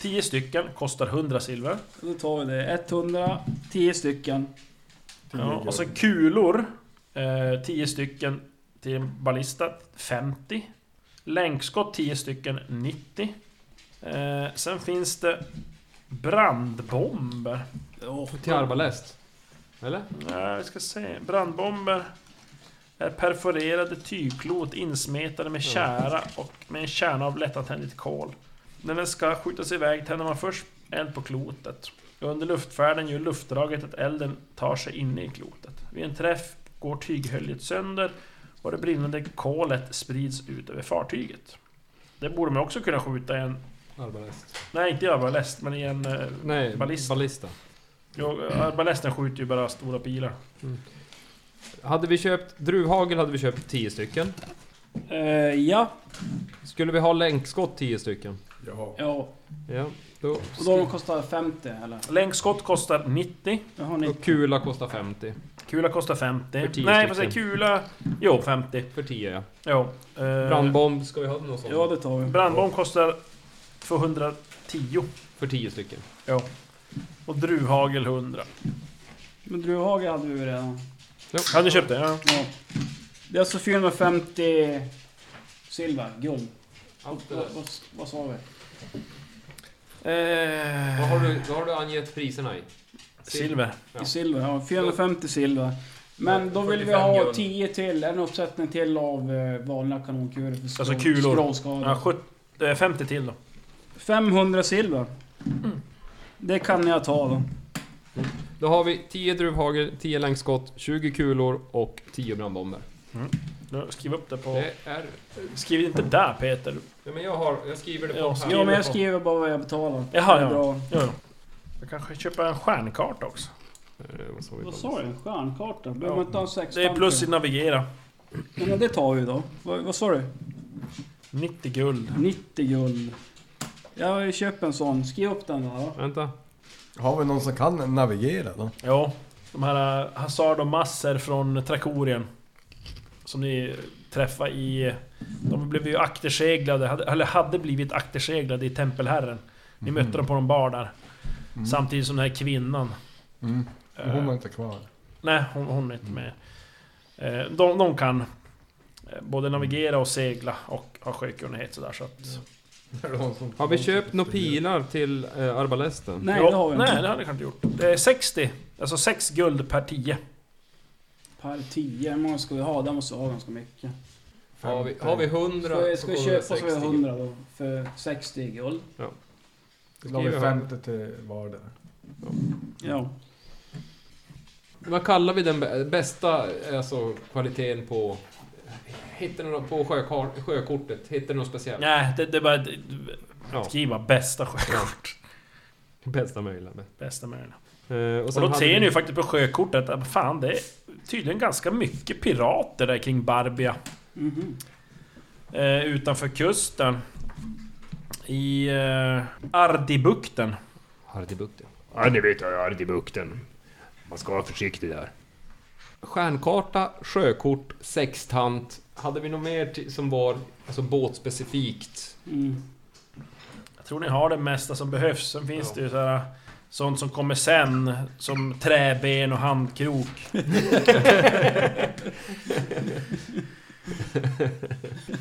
[SPEAKER 2] 10 stycken, kostar 100 silver.
[SPEAKER 5] Då tar vi det. 110 stycken.
[SPEAKER 6] Tio
[SPEAKER 2] Ja, och så
[SPEAKER 6] guld.
[SPEAKER 2] kulor. eh, 10 stycken till en ballista, 50. Länkskott 10 stycken, 90. Eh, sen finns det brandbomber.
[SPEAKER 5] Åh,
[SPEAKER 7] till arbalest. Eller?
[SPEAKER 2] Ja, vi ska se. Brandbomber är perforerade tygklot insmetade med tjära och med en kärna av lättantändligt kol. När den ska skjutas iväg tänder man först eld på klotet. Under luftfärden gör luftdraget att elden tar sig in i klotet. Vid en träff går tyghöljet sönder och det brinnande kolet sprids ut över fartyget. Det borde man också kunna skjuta i en...
[SPEAKER 7] Arbalest.
[SPEAKER 2] Nej, inte i arbalest, men i en... eh,
[SPEAKER 7] Nej,
[SPEAKER 2] Ballista.
[SPEAKER 7] ballista.
[SPEAKER 2] jo, Arbalesten skjuter ju bara stora pilar.
[SPEAKER 7] Mm. Hade vi köpt druvhagel hade vi köpt 10 stycken.
[SPEAKER 5] Eh, ja.
[SPEAKER 7] Skulle vi ha länkskott 10 stycken?
[SPEAKER 6] Ja.
[SPEAKER 5] ja.
[SPEAKER 7] Ja, då...
[SPEAKER 5] Och de kostar 50 eller?
[SPEAKER 2] Länkskott kostar 90.
[SPEAKER 5] Jag har ni.
[SPEAKER 7] Och kula kostar 50.
[SPEAKER 2] Kula kostar 50.
[SPEAKER 7] För 10
[SPEAKER 2] Nej,
[SPEAKER 7] stycken.
[SPEAKER 2] vad säger kula? Jo, 50.
[SPEAKER 7] För 10 ja.
[SPEAKER 2] Jo. Eh,
[SPEAKER 7] Brandbomb, ska vi ha något sånt?
[SPEAKER 5] Ja, det tar vi.
[SPEAKER 2] Brandbomb kostar 210.
[SPEAKER 7] För 10 stycken.
[SPEAKER 2] Jo. Och druvhagel 100.
[SPEAKER 5] Men druvhage hade vi ju redan.
[SPEAKER 2] Ja, du köpte? Ja.
[SPEAKER 5] Ja. Det är alltså 450 silver, guld. Vad, vad, vad sa vi?
[SPEAKER 7] Vad har, du, vad har du angett priserna i?
[SPEAKER 2] Silver.
[SPEAKER 7] Ja.
[SPEAKER 5] I silver, ja. 450 silver. Men då vill vi ha
[SPEAKER 7] 45
[SPEAKER 5] 10 till, en uppsättning till av eh, vanliga kanonkulor för skrov,
[SPEAKER 2] Alltså kulor.
[SPEAKER 5] skrovskador.
[SPEAKER 2] Ja, 70, eh, 50 till då.
[SPEAKER 5] 500 silver. Det kan jag ta då.
[SPEAKER 7] Då har vi 10 druvhagel, 10 länkskott, 20 kulor och 10 brandbomber.
[SPEAKER 2] Nu, Skriv upp det på...
[SPEAKER 7] Det är...
[SPEAKER 2] Skriv inte där Peter.
[SPEAKER 7] Ja, men jag har... Jag skriver det på
[SPEAKER 2] Ja,
[SPEAKER 7] här.
[SPEAKER 2] skriv.
[SPEAKER 5] Ja, men jag skriver bara vad jag betalar.
[SPEAKER 2] Jaha,
[SPEAKER 5] Det är
[SPEAKER 2] ja.
[SPEAKER 5] bra.
[SPEAKER 2] Jo, jo. Jag kanske köper en stjärnkarta också.
[SPEAKER 7] Eh, Vad sa vi?
[SPEAKER 5] Vad sa du? Stjärnkarta? Behöver
[SPEAKER 2] Ja.
[SPEAKER 5] man inte ha en sextant?
[SPEAKER 2] Det är plus i
[SPEAKER 5] för?
[SPEAKER 2] navigera.
[SPEAKER 5] Ja, men det tar vi då. Vad, vad sa du?
[SPEAKER 2] 90 guld.
[SPEAKER 5] 90 guld. Jag köper en sån. Skriv upp den där. då.
[SPEAKER 7] Vänta.
[SPEAKER 6] Har vi någon som kan navigera då?
[SPEAKER 2] Ja, de här eh, Hazard och Masser från Trakorien. Som ni träffade i... De blev ju akterseglade, hade- eller hade blivit akterseglade i Tempelherren.
[SPEAKER 6] Mhm.
[SPEAKER 2] Ni mötte dem på en bar där. Samtidigt som den här kvinnan.
[SPEAKER 6] Mm.
[SPEAKER 2] eh,
[SPEAKER 6] Hon var inte kvar.
[SPEAKER 2] Nej, hon, hon är inte med. Eh, De, de kan eh, både navigera och segla och ha sjökunnighet sådär så att...
[SPEAKER 7] Har vi köpt några pilar till eh, arbalesten?
[SPEAKER 5] Nej,
[SPEAKER 2] Jo,
[SPEAKER 5] det har vi
[SPEAKER 2] Nej,
[SPEAKER 5] inte.
[SPEAKER 2] det hade jag kanske gjort. Det är 60. Alltså 6 guld per 10.
[SPEAKER 5] Per 10. Hur många ska vi ha? Den måste vi ha ganska mycket.
[SPEAKER 7] Har vi, har vi 100
[SPEAKER 5] Ska vi, ska vi
[SPEAKER 7] så
[SPEAKER 5] köpa
[SPEAKER 7] kommer
[SPEAKER 5] så vi har 100 då? För 60 guld.
[SPEAKER 6] Då har vi 50 till vardera.
[SPEAKER 5] Ja.
[SPEAKER 7] Vad kallar vi den bä- bästa alltså, kvaliteten på... Hittar ni något på sjökar- sjökortet? Hittar ni något speciellt?
[SPEAKER 2] Nej, det, det är bara...
[SPEAKER 7] Ja.
[SPEAKER 2] Skriva bästa sjökort.
[SPEAKER 7] Bästa möjliga.
[SPEAKER 2] Bästa möjliga.
[SPEAKER 7] Eh,
[SPEAKER 2] Och då
[SPEAKER 7] hade
[SPEAKER 2] ser
[SPEAKER 7] vi-
[SPEAKER 2] ni ju faktiskt på sjökortet att fan det är tydligen ganska mycket pirater där kring Barbia.
[SPEAKER 5] Mhm.
[SPEAKER 2] Eh, utanför kusten. I eh, Ardibukten.
[SPEAKER 7] Hardibukten.
[SPEAKER 9] Ja, ni vet jag, Ardibukten. Man ska vara försiktig där.
[SPEAKER 7] Stjärnkarta, sjökort, sextant. Hade vi något mer till- som var alltså båtspecifikt?
[SPEAKER 5] Mm.
[SPEAKER 2] Jag tror ni har det mesta som behövs. Sen finns det ju så här, äh, sånt som kommer sen. Som träben och handkrok.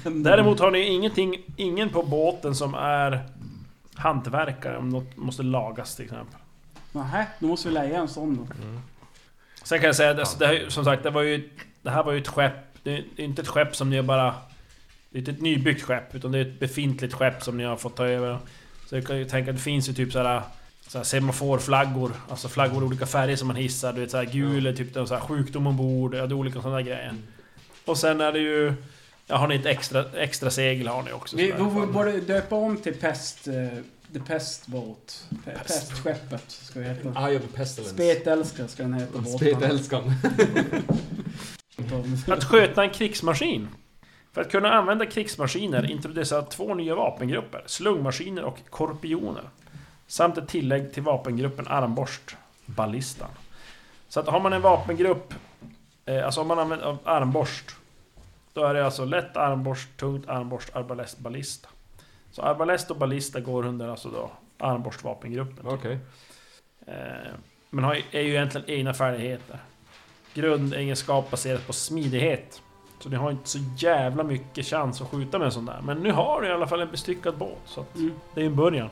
[SPEAKER 2] Däremot har ni ingenting, ingen på båten som är hantverkare om något måste lagas till exempel.
[SPEAKER 5] Nähä, då måste vi leja en sån då.
[SPEAKER 2] Sen kan jag säga, alltså, det, här, är ju- som sagt, det, var ju, det här var ju ett skepp. Det är inte ett skepp som ni har bara... Det är inte ett nybyggt skepp, utan det är ett befintligt skepp som ni har fått ta över. Så jag kan ju tänka att det finns ju typ såhär... Så här semaforflaggor, alltså flaggor i olika färger som man hissar. Du vet såhär gul är typ den så här sjukdom ombord, ja, det är olika sådana där grejer. Och sen är det ju... Ja, har ni ett extra, extra segel har ni också.
[SPEAKER 5] Vi
[SPEAKER 2] sådär.
[SPEAKER 5] vi borde döpa om till Pest... eh, The Pest Boat. Pe- Pestskeppet ska vi heta.
[SPEAKER 7] Eye of the pestilence.
[SPEAKER 5] Spetälska ska den heta båten.
[SPEAKER 7] Spetälskan.
[SPEAKER 2] Att sköta en krigsmaskin. För att kunna använda krigsmaskiner introducerar två nya vapengrupper, slungmaskiner och korpioner. Samt ett tillägg till vapengruppen armborst, ballistan. Så att har man en vapengrupp, eh, alltså om man använder av armborst, då är det alltså lätt armborst, tungt armborst, arbalest, ballista. Så arbalest och ballista går under alltså då armborstvapengruppen.
[SPEAKER 7] Okej.
[SPEAKER 2] Eh, Men har, är ju egentligen egna färdigheter. Grundegenskap baserat på smidighet. Så ni har inte så jävla mycket chans att skjuta med en sån där. Men nu har du i alla fall en bestyckad båt. Så att
[SPEAKER 5] Mm.
[SPEAKER 2] det är en början.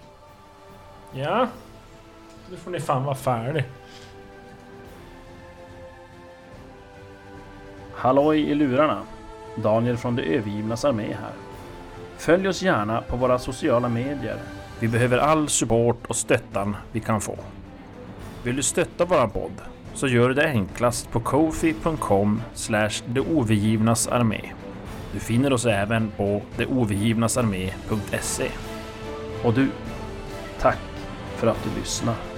[SPEAKER 2] Ja. Nu får ni fan vara färdig.
[SPEAKER 9] Halloj i lurarna! Daniel från Det övergivnas armé här. Följ oss gärna på våra sociala medier. Vi behöver all support och stöttan vi kan få. Vill du stötta våran podd så gör du det enklast på kofi.com det overgivnas armé. Du finner oss även på deovergivnasarmé.se. Och du, tack för att du lyssnar.